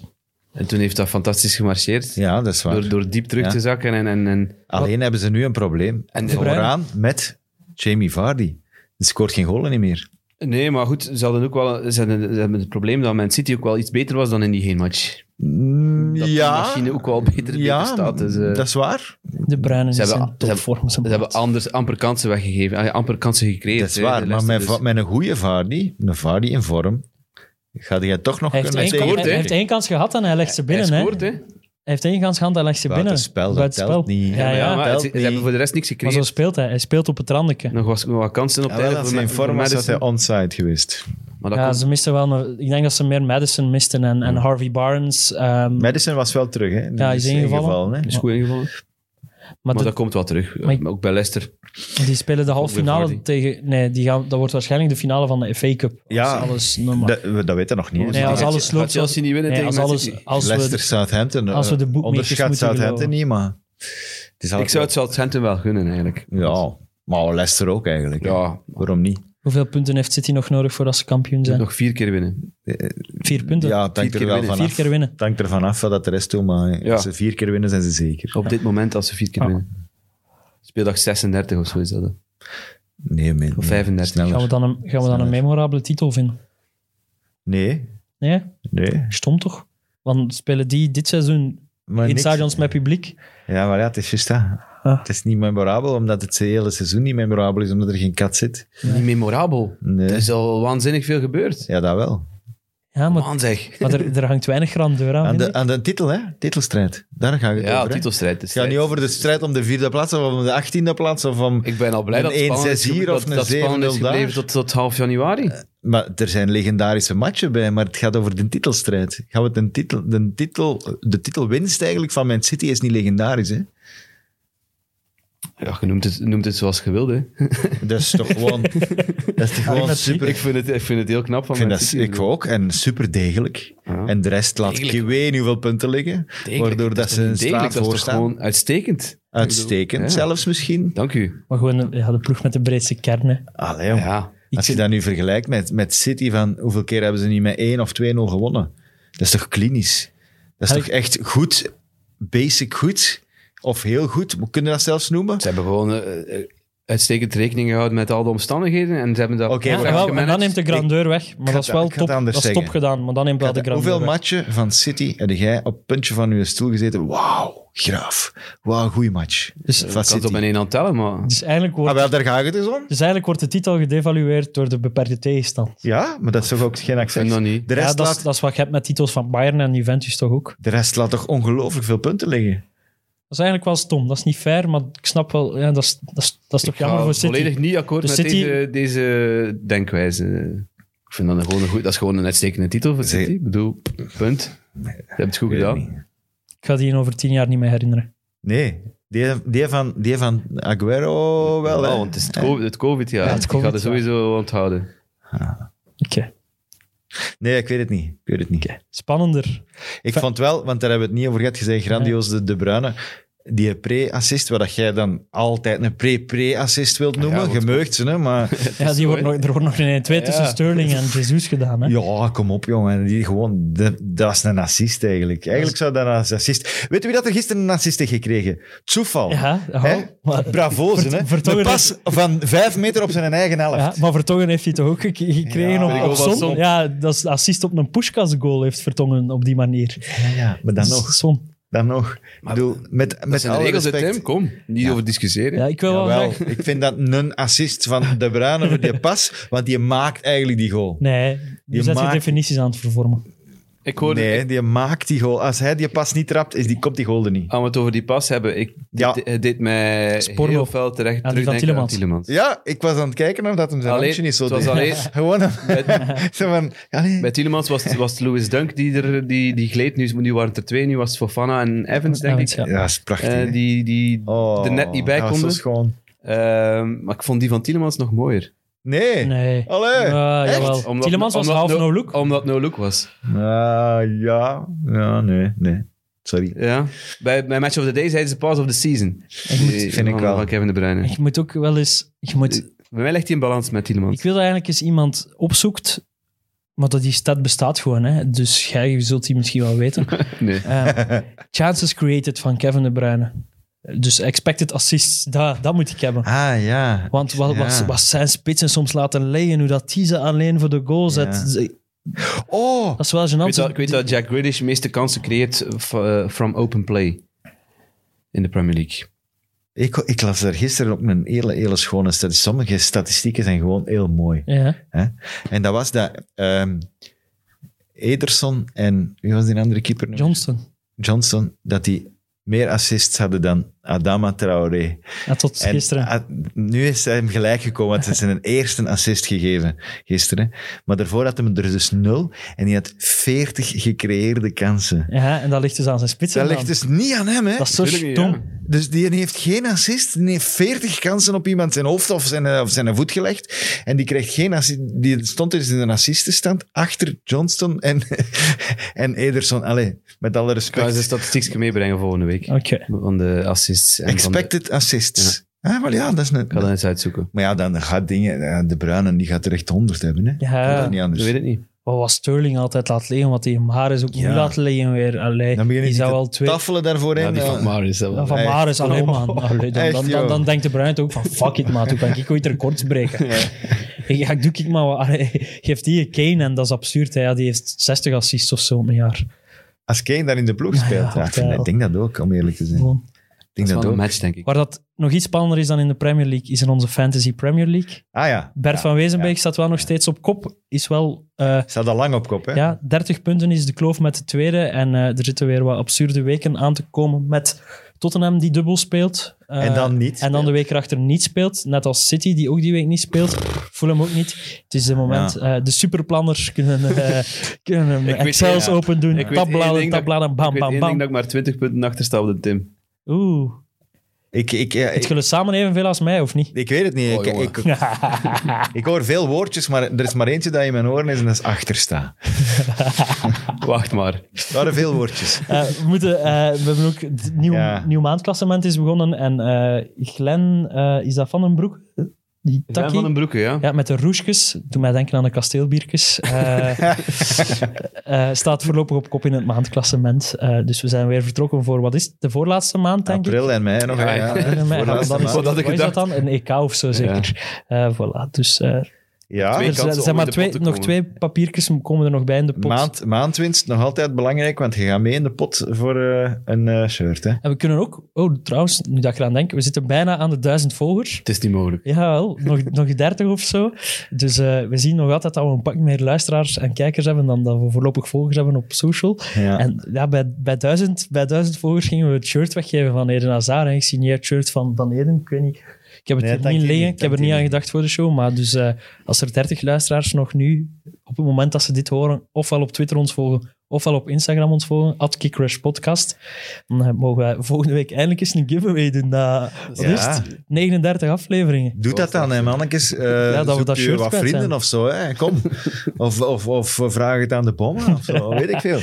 En toen heeft dat fantastisch gemarcheerd. Ja, dat is waar. Door, door diep terug Ja. te zakken en... en, en Alleen hebben ze nu een probleem. En En De Bruyne? vooraan met Jamie Vardy. Die scoort geen golen niet meer. nee, maar goed, ze hadden ook wel ze hadden, ze hebben het probleem dat Man City ook wel iets beter was dan in die heenmatch. Dat die machine ook wel beter, beter ja, staat. Dus, eh, dat is waar. De Bruinen Ze zijn hebben- zijn ze hebben- topvorm. zijn Ze hebben plaats. anders, amper kansen weggegeven. Ah, ja, Amper kansen gecreëerd. Dat is hè, waar. de Maar Leicester met, dus. va- met een goede Vardy, een Vardy in vorm, gaat hij toch nog Hij heeft, kunnen één kans, scoort, hij hè? heeft één kans gehad en hij legt ze binnen. Hij Hij, scoort, hij hè? heeft één kans gehad en hij legt ze binnen. Buitenspel, dat Buitenspel. telt niet. Ja, Ja, ja. maar telt ze, ze niet. hebben voor de rest niks Maar zo gecreëerd. speelt hij. Hij speelt op het randje. Nog was nog wat kansen op Ja, het wel, einde als voor hij in Ma- vorm voor was, was Madison. hij onside geweest. Maar dat Ja, komt- ze misten wel een- ik denk dat ze meer Madison misten en, en Harvey Barnes. ehm, Madison was wel terug, hè? Die Ja, hij is ingevallen. hè? is goed ingevallen. Maar, maar de- dat komt wel terug. Maar ik- Maar ook bij Leicester. die spelen de halve weer finale Vardy. tegen... Nee, die gaan, dat wordt waarschijnlijk de finale van de FA Cup. Als Ja, alles normaal. Dat, we- dat weten we nog niet. hè. nee, als Gaat- alles gaat loopt Chelsea zoals- niet winnen nee, tegen als Man alles, City? als Leicester, we, Southampton. als we de eh, boekmakers Onderschat moeten Southampton geloven. niet, maar... het is Ik altijd zou het Southampton wel gunnen, eigenlijk. wel- Ja, maar Leicester ook eigenlijk. hè. Ja, Waarom niet? Hoeveel punten heeft City nog nodig voordat ze kampioen zijn? nog vier keer winnen. Vier punten. Ja, het hangt Vier er keer wel winnen. vanaf. Vier keer winnen. Het hangt er vanaf wat dat de rest doet, maar Ja. als ze vier keer winnen, zijn ze zeker. Op dit moment, als ze vier keer Ja. winnen. Speeldag 36 of zo is dat. hè. Nee, man. Of 35. Gaan we Sneller. dan een, gaan we dan een memorabele titel vinden? Nee, Nee? nee. Stom toch? Want spelen die dit seizoen Maar in niks. stadions met publiek? Ja, maar ja, het is juist dat. Ah. Het is niet memorabel, omdat het hele seizoen niet memorabel is, omdat er geen kat zit. Niet memorabel. Nee. Dus- Er is al waanzinnig veel gebeurd. Ja, dat wel. Ja, maar, Man, zeg. maar er, er hangt weinig grandeur aan. Aan Ah, vind de, ik. aan de titel, hè? Titelstrijd. Daar gaat het Ja, over. hè? titelstrijd. Het gaat niet over de strijd om de vierde plaats of om de achttiende plaats. Of om... Ik ben al blij Een dat het spannend 1-6 is hier gebleven- of dat- een dat het spannend is 7-0 daar. gebleven tot, tot half januari. Maar er zijn legendarische matchen bij, maar het gaat over de titelstrijd. Gaan we het een titel, de, titel, de titelwinst eigenlijk van Man City is niet legendarisch, hè? Ja, je noemt het, noemt het zoals je wilde. hè. Dat is toch gewoon, dat is toch gewoon dat super. Ik vind het, ik vind het heel knap van Ik, vind Man dat, City. dus. ik ook, en super degelijk. Ja. En de rest laat ik Degelijk. weet niet hoeveel punten liggen, waardoor dat ze een Degelijk, straat dat is voor toch staan. gewoon uitstekend. Uitstekend, Ja. zelfs misschien. Dank u. Maar gewoon eh, ja, de ploeg met de breedste kern. hè. Allee, jong. Ja. Als je dat nu vergelijkt met, met City, van hoeveel keer hebben ze niet met 1 of 2-0 gewonnen? Dat is toch klinisch? Dat is Ja, toch echt goed, basic goed? Of heel goed, kunnen we dat zelfs noemen? Ze hebben gewoon eh, eh, uitstekend rekening gehouden met al de omstandigheden. En ze hebben dat Oké, perfect maar- wel, en gemanaged. dan neemt de grandeur weg. Maar dat is ga het- wel ik ga het top, dat anders is top zeggen. gedaan. Maar dan neemt wel de grandeur Hoeveel weg. matchen van City heb jij op het puntje van je stoel gezeten? Wauw, graaf. Wauw, goeie match. Dus- van Ik Ik kan het op City. mijn één hand tellen, maar... Dus eigenlijk, wordt, Ah, wel, daar ga ik het dus om. dus eigenlijk wordt de titel gedevalueerd door de beperkte tegenstand. Ja, maar dat is toch ook geen accent. vind dat niet. De Ja, rest, dat, is, laat, dat is wat je hebt met titels van Bayern en Juventus toch ook. de rest laat toch ongelooflijk veel punten liggen? Dat is eigenlijk wel stom. Dat is niet fair, maar ik snap wel... Ja, dat, is, dat, is, dat is toch jammer Ik ga voor City. volledig niet akkoord Dus met City- deze, deze denkwijze. Ik vind dat gewoon een goed... Dat is gewoon een uitstekende titel voor Ze- City. Ik bedoel, punt. Je hebt het goed Ik weet het gedaan. niet. Ik ga die in over tien jaar niet meer herinneren. Nee, die, die, van, die van Aguero wel. Ja, hè? Oh, want het is het COVID- het COVID-jaar. Ja, het ik ga COVID-jaar. het sowieso onthouden. Oké. Nee, ik weet het niet. Ik weet het niet. Spannender. Ik vond wel, want daar hebben we het niet over gehad, je zei grandioos de De Bruyne. Die pre-assist, wat dat jij dan altijd een pre-pre-assist wilt noemen. Ah, Ja, je wat- Gemeugd ze, hè, maar... Ja, die wordt nog, er wordt nog een 2 tussen Ja. Sterling en Jesus gedaan. Hè? ja, kom op, jongen. Die gewoon, de- dat is een assist eigenlijk. Eigenlijk zou dat een assist... Weet u wie dat er gisteren een assist heeft gekregen? Toeval. Ja, ja, Hè? maar- Bravozen, hè? Oh, Vertongen Een pas van vijf meter op zijn eigen helft. Ja, maar Vertongen heeft hij toch ook gek- gekregen Ja, op, die op goal van Son? Son. Ja, dat is assist op een Puskas goal heeft Vertongen op die manier. Ja, ja, maar dan Dat is nog. Son. Dan nog. Ik bedoel, met, Dat met zijn de alle regels, hè, respect... Tim. Kom, niet over discussiëren. Ja, ik wil wel Jawel, graag... ik vind dat een assist van De Bruyne voor die pas, want die maakt eigenlijk die goal. Nee, nu Je zet je maakt- definities aan het vervormen. Ik hoorde... Nee, die maakt die goal. Als hij die pas niet trapt, is die, komt die goal er niet. Aan we het over die pas hebben. Ik, Ja. dit, het deed mij Sporno. heel veel terecht van terugdenken aan Tielemans. Tielemans. Ja, ik was aan het kijken of dat hem zijn Allee, handje niet zo het was deed. alleen- Gewoon Bij- zo van... allee. Bij Tielemans was, het- was het Louis Dunk die, er, die, die gleed. Nu, nu waren het er twee. Nu was het Fofana en Evans, denk ik. Ja, Ja, dat is prachtig. eh, hè. die die Oh, er net niet bij dat was zo konden. schoon. Ehm, maar ik vond die van Tielemans nog mooier. Nee. Nee. Allee. Ja, Oh, echt? jawel. Omdat- Tielemans was omdat half no- no-look. Omdat No Look was. Ah, ja. Ja, nee, nee. Sorry. Ja. Bij, bij Match of the Day zeiden ze Pass of the Season. Die- vind ik van- wel. Van Kevin De Bruyne. Je moet ook wel eens... Je moet, Bij mij ligt hij in balans met Tielemans. ik wil dat eigenlijk eens iemand opzoekt, maar dat die stad bestaat gewoon. Hè? Dus jij zult die misschien wel weten. Nee. Ehm, chances created van Kevin De Bruyne. Dus expected assists, dat, dat moet ik hebben. Ah, ja. Want wat, wat, Ja. wat zijn spitsen soms laten liggen, hoe dat die ze alleen voor de goal zet. Ja. ze- Oh, Dat is wel Ik gênant. weet, dat, ik weet dat Jack Grealish de meeste kansen creëert v- eh, from open play in de Premier League. ik, ik las daar gisteren op een hele, hele schone statistiek. Sommige statistieken zijn gewoon heel mooi. Ja. En dat was dat ehm, Ederson en wie was die andere keeper? nu? Johnston. Johnson, dat die meer assists hadden dan Adama Traoré. Ja, tot En gisteren. a- nu is hij hem gelijk gekomen, want het is een eerste assist gegeven gisteren. Maar daarvoor had hem er dus nul en die had 40 gecreëerde kansen. ja, en dat ligt dus aan zijn spitsen. Dat dan. ligt dus niet aan hem, hè? Dat is zo Tuurlijk niet, ja. stom. Dus die heeft geen assist, die heeft 40 kansen op iemand zijn hoofd of zijn, eh, of zijn voet gelegd. En die krijgt geen assist. Die stond dus in een assistenstand achter Johnston en, en Ederson. Allee, met alle Ik ga eens een respect. statistiekje meebrengen volgende week. Oké. Van de assists. En van de- Expected assists. Ah, maar ja, dat is een... ik ga dat eens uitzoeken. Maar ja, dan gaat dingen... eh, De Bruyne, die gaat er echt 100 hebben, hè. Ja. Dat kan niet Ik anders. weet het niet. Wat was Sterling altijd laat liggen, wat hij hem haar is ook Ja. niet laat liggen weer. Allee, Dan begin ik niet die zou te wel twee... Tafelen daarvoor Ja, in. die van eh, ja. Maris. dat Ja, wel. van Echt, Maris, allee man. Allee, dan, Echt, dan, joh. dan, dan denkt de Bruin ook van fuck it maat, hoe kan ik ooit records breken? Ja, ik doe ik maar wat. Allee, geef die een Kane en dat is absurd. Hè. Ja, die heeft 60 assists of zo op een jaar. Als Kane daar in de ploeg speelt. Ja, ik vind- ik denk dat ook, om eerlijk te zijn. Ik Gewoon. Dat denk is dat wel een ook. match, denk ik. Waar dat nog iets spannender is dan in de Premier League, is in onze Fantasy Premier League. Ah ja, Bert Ja, van Wezenbeek staat wel nog steeds op kop. Is wel, eh, staat al lang op kop, hè. ja, 30 punten is de kloof met de tweede. En eh, er zitten weer wat absurde weken aan te komen met Tottenham die dubbel speelt. Eh, en dan niet. En dan de week erachter niet speelt. Net als City, die ook die week niet speelt. Fulham ook niet. Het is de moment. eh, de superplanners kunnen, eh, kunnen hem Ik weet- Excels ja. open doen. Ik weet één Tabbladen, ding dat- tabbladen, ik bam, weet bam, één ding bam. dat ik maar 20 punten achter sta op de Tim. Oeh. Ik, ik, ja, Het ik, jullie samen evenveel als mij, of niet? ik weet het niet. Ik, Oh, jongen. ik, Ik hoor veel woordjes, maar er is maar eentje dat in mijn oren is en dat is achtersta. Wacht maar. Er waren veel woordjes. Eh, we, moeten, eh, we hebben ook het nieuw, Ja. nieuw maandklassement is begonnen. En eh Glenn, eh, is dat Van den Broek? die Takkie. takkie. van den broeken, ja. Ja, met de roesjes, doe mij denken aan de kasteelbiertjes, eh, eh, staat voorlopig op kop in het maandklassement. Eh, dus we zijn weer vertrokken voor, wat is het, de voorlaatste maand, denk ik? April en mei nog. Ja, Ja, ja. ja. April en mei. Voorlaatste Dan is- maand. Wat had ik Wat is dat gedacht? dan? Een EK of zo, zeker. Eh voilà, dus eh, Ja, Twee er zijn, kansen om zijn maar in de pot twee, te nog komen. twee papiertjes komen er nog bij in de pot. Maand, maandwinst nog altijd belangrijk, want je gaat mee in de pot voor eh, een eh, shirt. Hè. En we kunnen ook, oh trouwens, nu dat ik eraan denk, we zitten bijna aan de duizend volgers. Het is niet mogelijk. Jawel, nog, nog 30 of zo. Dus eh, we zien nog altijd dat we een pak meer luisteraars en kijkers hebben dan dat we voorlopig volgers hebben op social. Ja. En ja, bij, bij, duizend, bij duizend volgers gingen we het shirt weggeven van Eden Hazard. Een gesigneerd shirt van, van Eden, ik weet niet. Ik heb het Nee, hier dank niet je liggen, niet, ik heb er dank niet je aan niet. gedacht voor de show. Maar dus eh, als er 30 luisteraars nog nu, op het moment dat ze dit horen, ofwel op Twitter ons volgen, ofwel op Instagram ons volgen, @kickrushpodcast, Podcast, dan eh, mogen wij volgende week eindelijk eens een giveaway doen. Na, wat Ja. is het? 39 afleveringen. Doe Oh, dat dan, hè, mannetjes. Eh dat we zoek dat je shirt wat kwijt vrienden zijn. of zo, hè. kom. Of, of, of vraag het aan de bommen of zo, weet ik veel.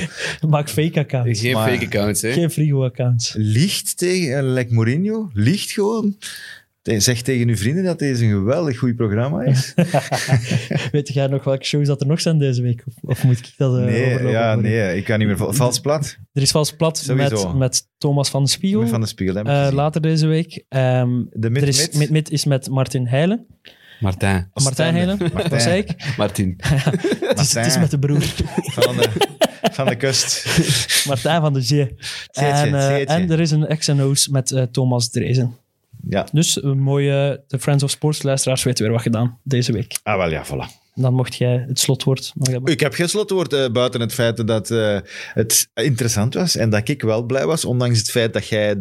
Maak fake accounts. Geen Maar- fake accounts, hè. Geen frigo accounts. Liegt tegen, eh, like Mourinho, liegt gewoon. Te- Zeg tegen uw vrienden dat deze een geweldig goed programma is. Weet jij nog welke shows dat er nog zijn deze week? Of, of moet ik dat eh, Nee, overlopen Mm. ja, worden? nee, ik kan niet meer... val- Vals plat, Er is vals plat Sowieso. met, met Thomas van de Spiegel van de spiegel. Hè, eh, later deze week. Ehm, de er is, mid-mid. Mid Mid is met Martin Heilen. Martijn. Martijn Heilen, Martijn. wat zei ik? Martin. Het is, het is met de broer. van de, van de kust. Martijn van de G. En, eh, zeetje. en er is een X&O's met eh, Thomas Drezen. Ja, Dus een mooie, de Friends of Sports luisteraars weten weer wat gedaan deze week. ah wel ja, voilà. En dan mocht jij het slotwoord nog hebben. Ik heb geen slotwoord eh, buiten het feit dat eh, het interessant was en dat ik wel blij was, ondanks het feit dat jij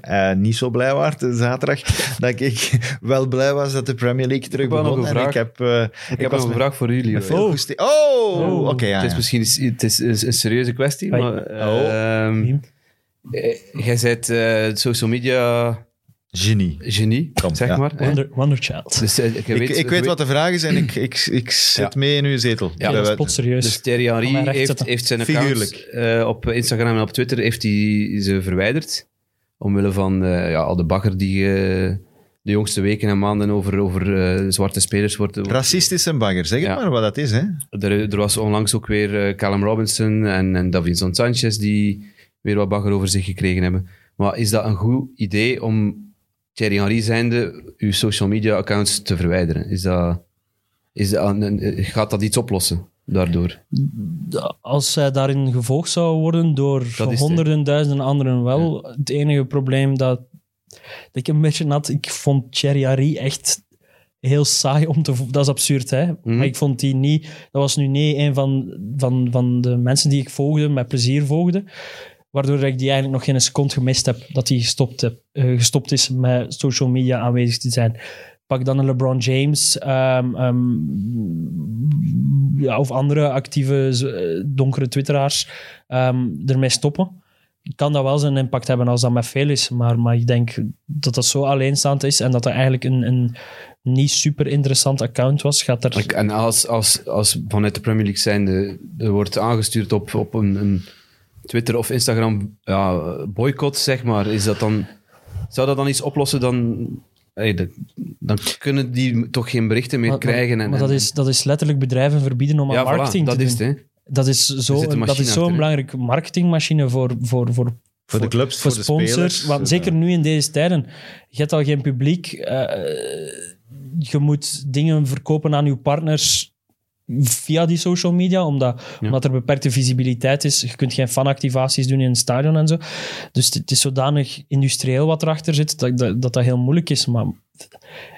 eh, niet zo blij was zaterdag, dat ik wel blij was dat de Premier League terug Ik heb wel begon. nog een en vraag. Ik heb, eh, Ik heb was nog een met- vraag voor jullie. eh, met hoor. veel goesting- Oh, Oh. oké, ja, Het is ja. misschien iets- het is een, een serieuze kwestie, Hoi. maar... ehm, Oh, Wim. eh, Jij bent eh, social media Genie. genie, Kom, zeg ja. maar. hè. Wonder, Wonder Child. Dus, eh, je Ik, ik weet wat de vraag is en ik, ik, ik zit mee in uw zetel. Ja, dat is we- potserieus. Dus Thierry Kan mij Henry recht heeft, zetten. heeft zijn account Figuurlijk. eh, op Instagram en op Twitter heeft hij ze verwijderd. Omwille van eh, ja, al de bagger die eh, de jongste weken en maanden over, over eh, zwarte spelers wordt. wordt- Racistisch en bagger, zeg het Ja. maar wat dat is. Hè? Er, er was onlangs ook weer eh, Callum Robinson en, en Davinson Sanchez die weer wat bagger over zich gekregen hebben. Maar is dat een goed idee om Thierry Henry zijnde uw social media accounts te verwijderen? Is dat, is dat een- een- gaat dat iets oplossen daardoor? als zij daarin gevolgd zou worden door het. honderden, duizenden anderen wel. Het enige probleem dat, dat ik een beetje had, ik vond Thierry Henry echt heel saai om te vo- Dat is absurd, hè? Maar ik vond die niet... Dat was nu niet een van, van, van de mensen die ik volgde, met plezier volgde. Waardoor ik die eigenlijk nog geen seconde gemist heb dat hij gestopt, heb, eh, gestopt is met social media aanwezig te zijn. Pak dan een LeBron James ehm, ehm, ja, of andere actieve z- eh, donkere twitteraars ehm, ermee stoppen. Kan dat wel zijn impact hebben als dat met veel is, maar, maar ik denk dat dat zo alleenstaand is en dat dat eigenlijk een, een niet super interessant account was. Gaat er... Ik- En als, als, als vanuit de Premier League zijnde er wordt aangestuurd op, op een, een Twitter of Instagram ja, boycott, zeg maar, is dat dan, zou dat dan iets oplossen? Dan, hey, dat- dan kunnen die toch geen berichten meer Maar- maar- krijgen. Maar, En, dat, en- is, dat is letterlijk bedrijven verbieden om ja, aan voilà, marketing dat te is doen. het. Hè. Dat is zit zo- een dat machine is zo'n achter, hè? belangrijke marketingmachine voor, voor, voor, Voor de clubs, voor, de sponsors. spelers. want voor de- zeker nu in deze tijden. Je hebt al geen publiek. eh, je moet dingen verkopen aan je partners via die social media, omdat, omdat er beperkte visibiliteit is. Je kunt geen fanactivaties doen in een stadion en zo. Dus het- het is zodanig industrieel wat erachter zit, dat dat, dat, dat heel moeilijk is. Maar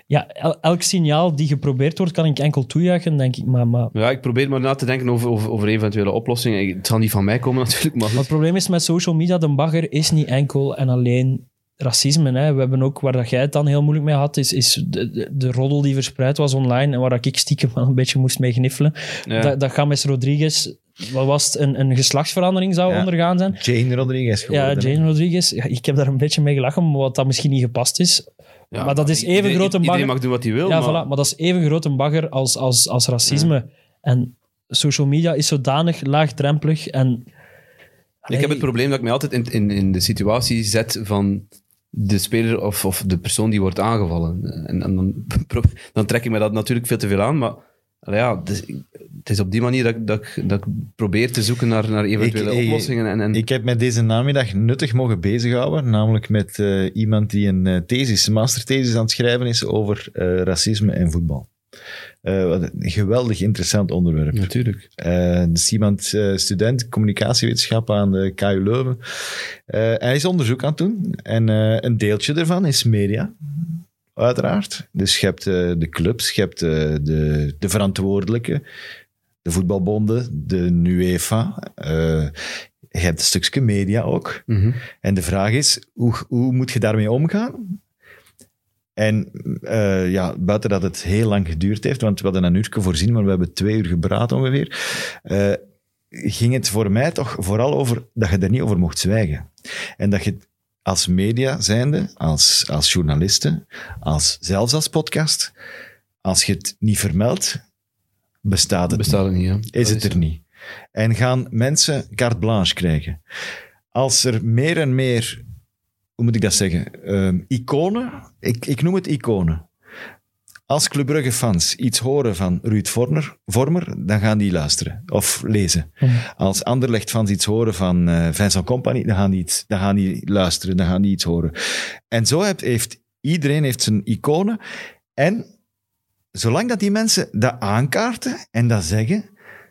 ja, el- elk signaal die geprobeerd wordt, kan ik enkel toejuichen, denk ik. Maar, maar Ja, ik probeer maar na te denken over, over, over eventuele oplossingen. Ik- Het zal niet van mij komen natuurlijk, maar Maar het probleem is met social media, de bagger is niet enkel en alleen racisme. Hè. We hebben ook, waar dat jij het dan heel moeilijk mee had, is, is de, de, de roddel die verspreid was online en waar dat ik stiekem wel een beetje moest mee gniffelen. Ja. Dat, dat James Rodriguez, wat was het, een, een geslachtsverandering zou Ja. ondergaan zijn. Jane Rodriguez geworden. Ja, hè. Jane Rodriguez, ja, ik heb daar een beetje mee gelachen, maar wat dat misschien niet gepast is. Ja, maar dat is even iedereen- grote Iedereen bagger. mag doen wat hij wil, Ja, maar maar... Voilà, maar dat is even groot een bagger als, als, als racisme. En social media is zodanig laagdrempelig en... Ik heb het Allee, probleem dat ik mij altijd in, in, in de situatie zet van de speler of, of de persoon die wordt aangevallen. Eh, En, en dan, pro- dan trek ik me dat natuurlijk veel te veel aan, maar allee, ja, het is, het is op die manier dat, ik- dat, ik- dat ik probeer te zoeken naar, naar eventuele Ik- ik- oplossingen. En, en, Ik heb me deze namiddag nuttig mogen bezighouden, namelijk met eh, iemand die een eh, thesis, een masterthesis aan het schrijven is over eh, racisme en voetbal. Eh, wat een geweldig interessant onderwerp. natuurlijk. Eh, dus iemand, eh, student communicatiewetenschap aan de KU Leuven. Eh, hij is onderzoek aan het doen en eh, een deeltje daarvan is media. Uiteraard. Dus je hebt eh, de clubs, je hebt eh, de, de verantwoordelijke, de voetbalbonden, de UEFA. eh, je hebt een stukje media ook. Mhm. En de vraag is, hoe, hoe moet je daarmee omgaan? En eh, ja, buiten dat het heel lang geduurd heeft, want we hadden een uurtje voorzien, maar we hebben twee uur gepraat ongeveer, eh, ging het voor mij toch vooral over dat je er niet over mocht zwijgen. En dat je als media zijnde, als, als journalisten, als, zelfs als podcast, als je het niet vermeldt, bestaat het niet Bestaat het niet, ja. is Dat het er niet. En gaan mensen carte blanche krijgen. Als er meer en meer, hoe moet ik dat zeggen, ehm, iconen, ik, ik noem het iconen. Als Club Brugge fans iets horen van Ruud Vormer, Vormer, dan gaan die luisteren of lezen. Als Anderlecht fans iets horen van eh, Vincent Company, dan gaan, die iets, dan gaan die luisteren, dan gaan die iets horen. En zo heeft, heeft iedereen heeft zijn iconen. En zolang dat die mensen dat aankaarten en dat zeggen,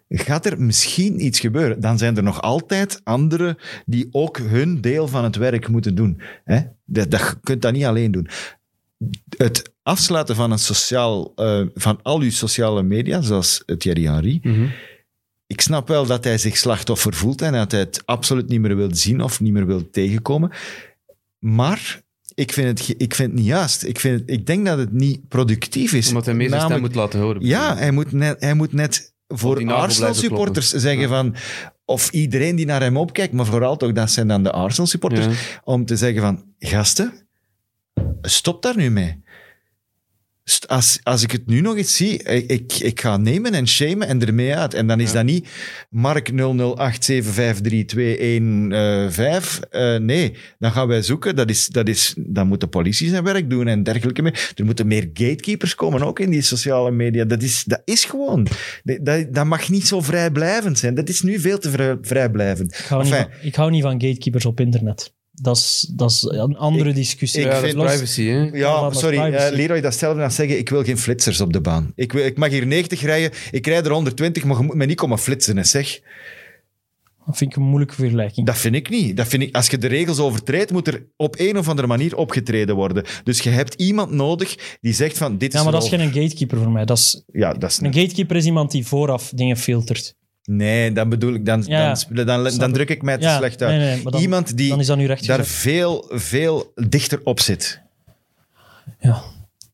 gaat er misschien iets gebeuren. Dan zijn er nog altijd anderen die ook hun deel van het werk moeten doen. Hè? Dat, dat, je kunt dat niet alleen doen. Het afsluiten van, een sociaal, eh, van al uw sociale media, zoals het Thierry Henry, Mhm. ik snap wel dat hij zich slachtoffer voelt en dat hij het absoluut niet meer wil zien of niet meer wil tegenkomen. Maar ik vind het, ge- ik vind het niet juist. Ik, vind het- ik denk dat het niet productief is. Omdat hij meer zijn stem Namelijk- moet laten horen. ja, hij moet net, hij moet net die voor nagel Arsenal-supporters blijven zeggen van... Of iedereen die naar hem opkijkt, maar vooral toch, dat zijn dan de Arsenal-supporters, om te zeggen van... Gasten, stop daar nu mee. St- Als, als ik het nu nog eens zie, ik, ik, ik ga nemen en shamen en ermee uit. En dan is dat niet Mark 008755321 eh, vijf. Eh, nee, dan gaan wij zoeken. Dat is, dat is, dan moet de politie zijn werk doen en dergelijke meer. Er moeten meer gatekeepers komen, ook in die sociale media. Dat is, dat is gewoon. Dat, dat, dat mag niet zo vrijblijvend zijn. Dat is nu veel te vrij, vrijblijvend. Ik hou, niet Enfin, van, ik hou niet van gatekeepers op internet. Dat is, dat is een andere discussie. ik Ja, dat is vind- privacy, hè. Ja, Ja, maar sorry, privacy. eh, Leroy, dat is hetzelfde als zeggen, ik wil geen flitsers op de baan. Ik, wil, ik mag hier 90 rijden, ik rijd er 120, maar je moet me niet komen flitsen, hè, zeg. Dat vind ik een moeilijke vergelijking. Dat vind ik niet. Dat vind ik, als je de regels overtreedt, moet er op een of andere manier opgetreden worden. Dus je hebt iemand nodig die zegt van, dit is... ja, maar dat is wel- geen gatekeeper voor mij. Dat is, Ja, dat is een gatekeeper is iemand die vooraf dingen filtert. Nee, dan bedoel ik... Dan, Ja, dan, dan, dan, snap ik. druk ik mij te Ja, slecht uit. nee, nee, maar dan- iemand die Dan is dat nu recht. daar gezet. veel, veel dichter op zit. Ja.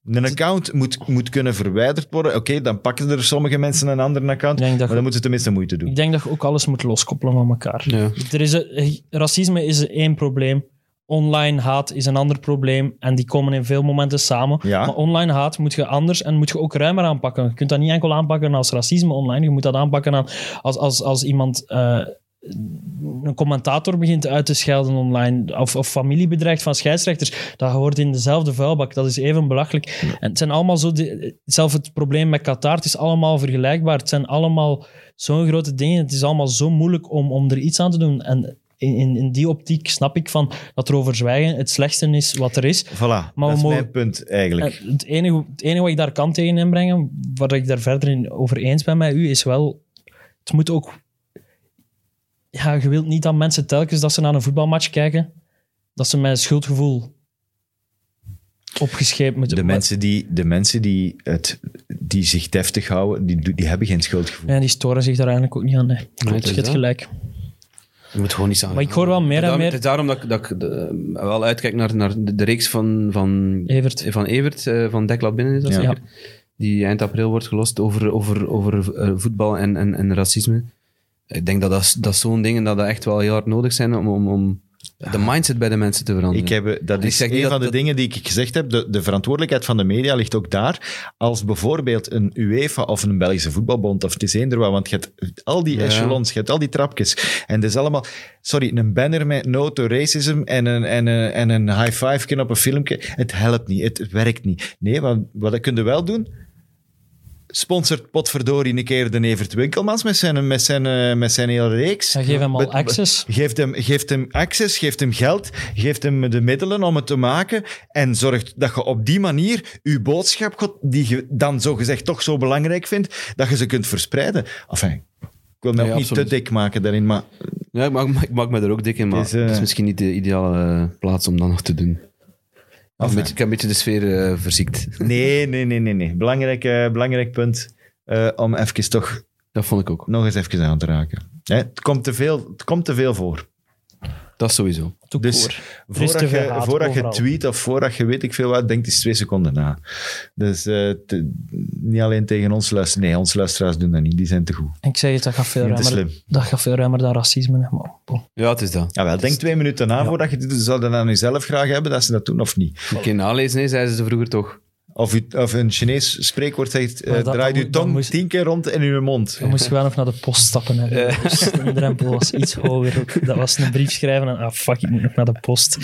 Een account moet, moet kunnen verwijderd worden. Oké, dan pakken er sommige mensen een andere account. Ik denk dat maar je- dan moeten ze tenminste moeite doen. Ik denk dat je ook alles moet loskoppelen van elkaar. Ja. Er is een- eh, racisme is één probleem. Online haat is een ander probleem. En die komen in veel momenten samen. Ja. Maar online haat moet je anders en moet je ook ruimer aanpakken. Je kunt dat niet enkel aanpakken als racisme online. Je moet dat aanpakken aan als, als, als iemand. eh, een commentator begint uit te schelden online of, of familie bedreigt van scheidsrechters, dat hoort in dezelfde vuilbak. Dat is even belachelijk. En het zijn allemaal zo... De, zelf het probleem met Qatar, het is allemaal vergelijkbaar. Het zijn allemaal zo'n grote dingen. Het is allemaal zo moeilijk om, om er iets aan te doen. En in, in, in die optiek snap ik van dat erover zwijgen het slechtste is wat er is. Voilà, we dat is mogen- Eh, mijn punt eigenlijk. En Het enige, het enige wat ik daar kan tegen inbrengen, wat ik daar verder in over eens ben met u, is wel... Het moet ook... Ja, je wilt niet dat mensen telkens dat ze naar een voetbalmatch kijken, dat ze met een schuldgevoel opgescheept moeten De Maar- mensen, die, de mensen die, het, die zich deftig houden, die, do- die hebben geen schuldgevoel. Ja, die storen zich daar eigenlijk ook niet aan. Nee. Klopt, dat je is hebt dat. gelijk. Je moet gewoon niet aan. Maar ik hoor wel meer en daarom, meer- Het is daarom dat ik, dat ik eh, wel uitkijk naar, naar de, de reeks van, van Evert. van, Evert, eh, van Deklat Binnen is dat Ja. zeker? Die eind april wordt gelost over, over, over eh, voetbal en, en, en racisme. Ik denk dat dat, dat zo'n dingen dat, dat echt wel heel hard nodig zijn om, om, om de mindset bij de mensen te veranderen. Ik heb, eh, dat Ik is zeg niet een dat- van de dat- dingen die ik gezegd heb. De, de verantwoordelijkheid van de media ligt ook daar. Als bijvoorbeeld een UEFA of een Belgische voetbalbond of het is eender wat, want je hebt al die Ja. echelons, je hebt al die trapjes. En dat is allemaal... Sorry, een banner met no to racism en een, en een, en een high five op een filmpje. Het helpt niet, het werkt niet. Nee, want wat kun je wel doen? Sponsort potverdorie een keer de Evert Winkelmans met zijn, met zijn, eh, met zijn hele reeks. Ja, geef hem al Met- access. Geeft hem, geeft hem access, geeft hem geld, geeft hem de middelen om het te maken en zorgt dat je op die manier je boodschap, God, die je dan zogezegd toch zo belangrijk vindt, dat je ze kunt verspreiden. Enfin, ik wil me Ja, ook niet absoluut. te dik maken daarin, maar Ja, ik maak, ik maak me er ook dik in, maar Het het is, is, eh, misschien niet de ideale eh, plaats om dat nog te doen. Of een beetje, ik heb een beetje de sfeer eh, verziekt. nee, nee, nee, nee. nee. Belangrijk, eh, belangrijk punt eh, om even toch Dat vond ik ook. nog eens even aan te raken. Hè, het, komt te veel, het komt te veel voor. Dat sowieso. Toe Dus koor. Er is te Voordat veel je, haat voordat je overal. tweet of voordat je weet ik veel wat, denkt is twee seconden na. Dus eh, te- niet alleen tegen ons luisteren. Nee, onze luisteraars doen dat niet. Die zijn te goed. Ik zeg het, dat gaat veel Ja, te ruimer, slim. dat gaat veel ruimer dan racisme. hè, Maar, bon. Ja, het is dat. Ja, Ah, wel, Dus- denk twee minuten na voordat je dit doet. Zouden dan jezelf graag hebben dat ze dat doen of niet? Een keer nalezen, hè, zeiden ze vroeger toch. Of, u- of een Chinees spreekwoord zegt, eh, Maar dat- draai dat je moet- dat tong moest- tien keer rond en in je mond. Dan moest je wel even naar de post stappen. Hè. Dus de drempel was iets hoger. Dat was een brief schrijven en ah fuck, ik moet nog naar de post.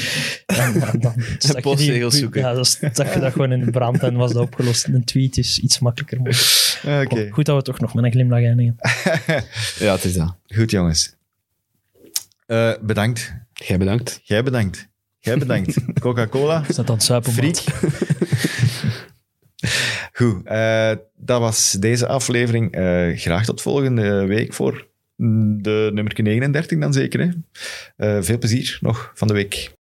En, ah, dan- dan stak je postzegels die- zoeken. Ja, dan stak je dat gewoon in de brand en was dat opgelost. Een tweet is iets makkelijker. maar Ah, Oké, Goed dat we toch nog met een glimlach eindigen. Ja, het is dat. goed jongens. Eh, bedankt. Jij bedankt. Jij bedankt. Jij bedankt. Coca-Cola. Is dat dan suipen? Friek. Goed, eh, dat was deze aflevering. Eh, graag tot volgende week voor de nummer 39 dan zeker. Hè? Eh, veel plezier nog van de week.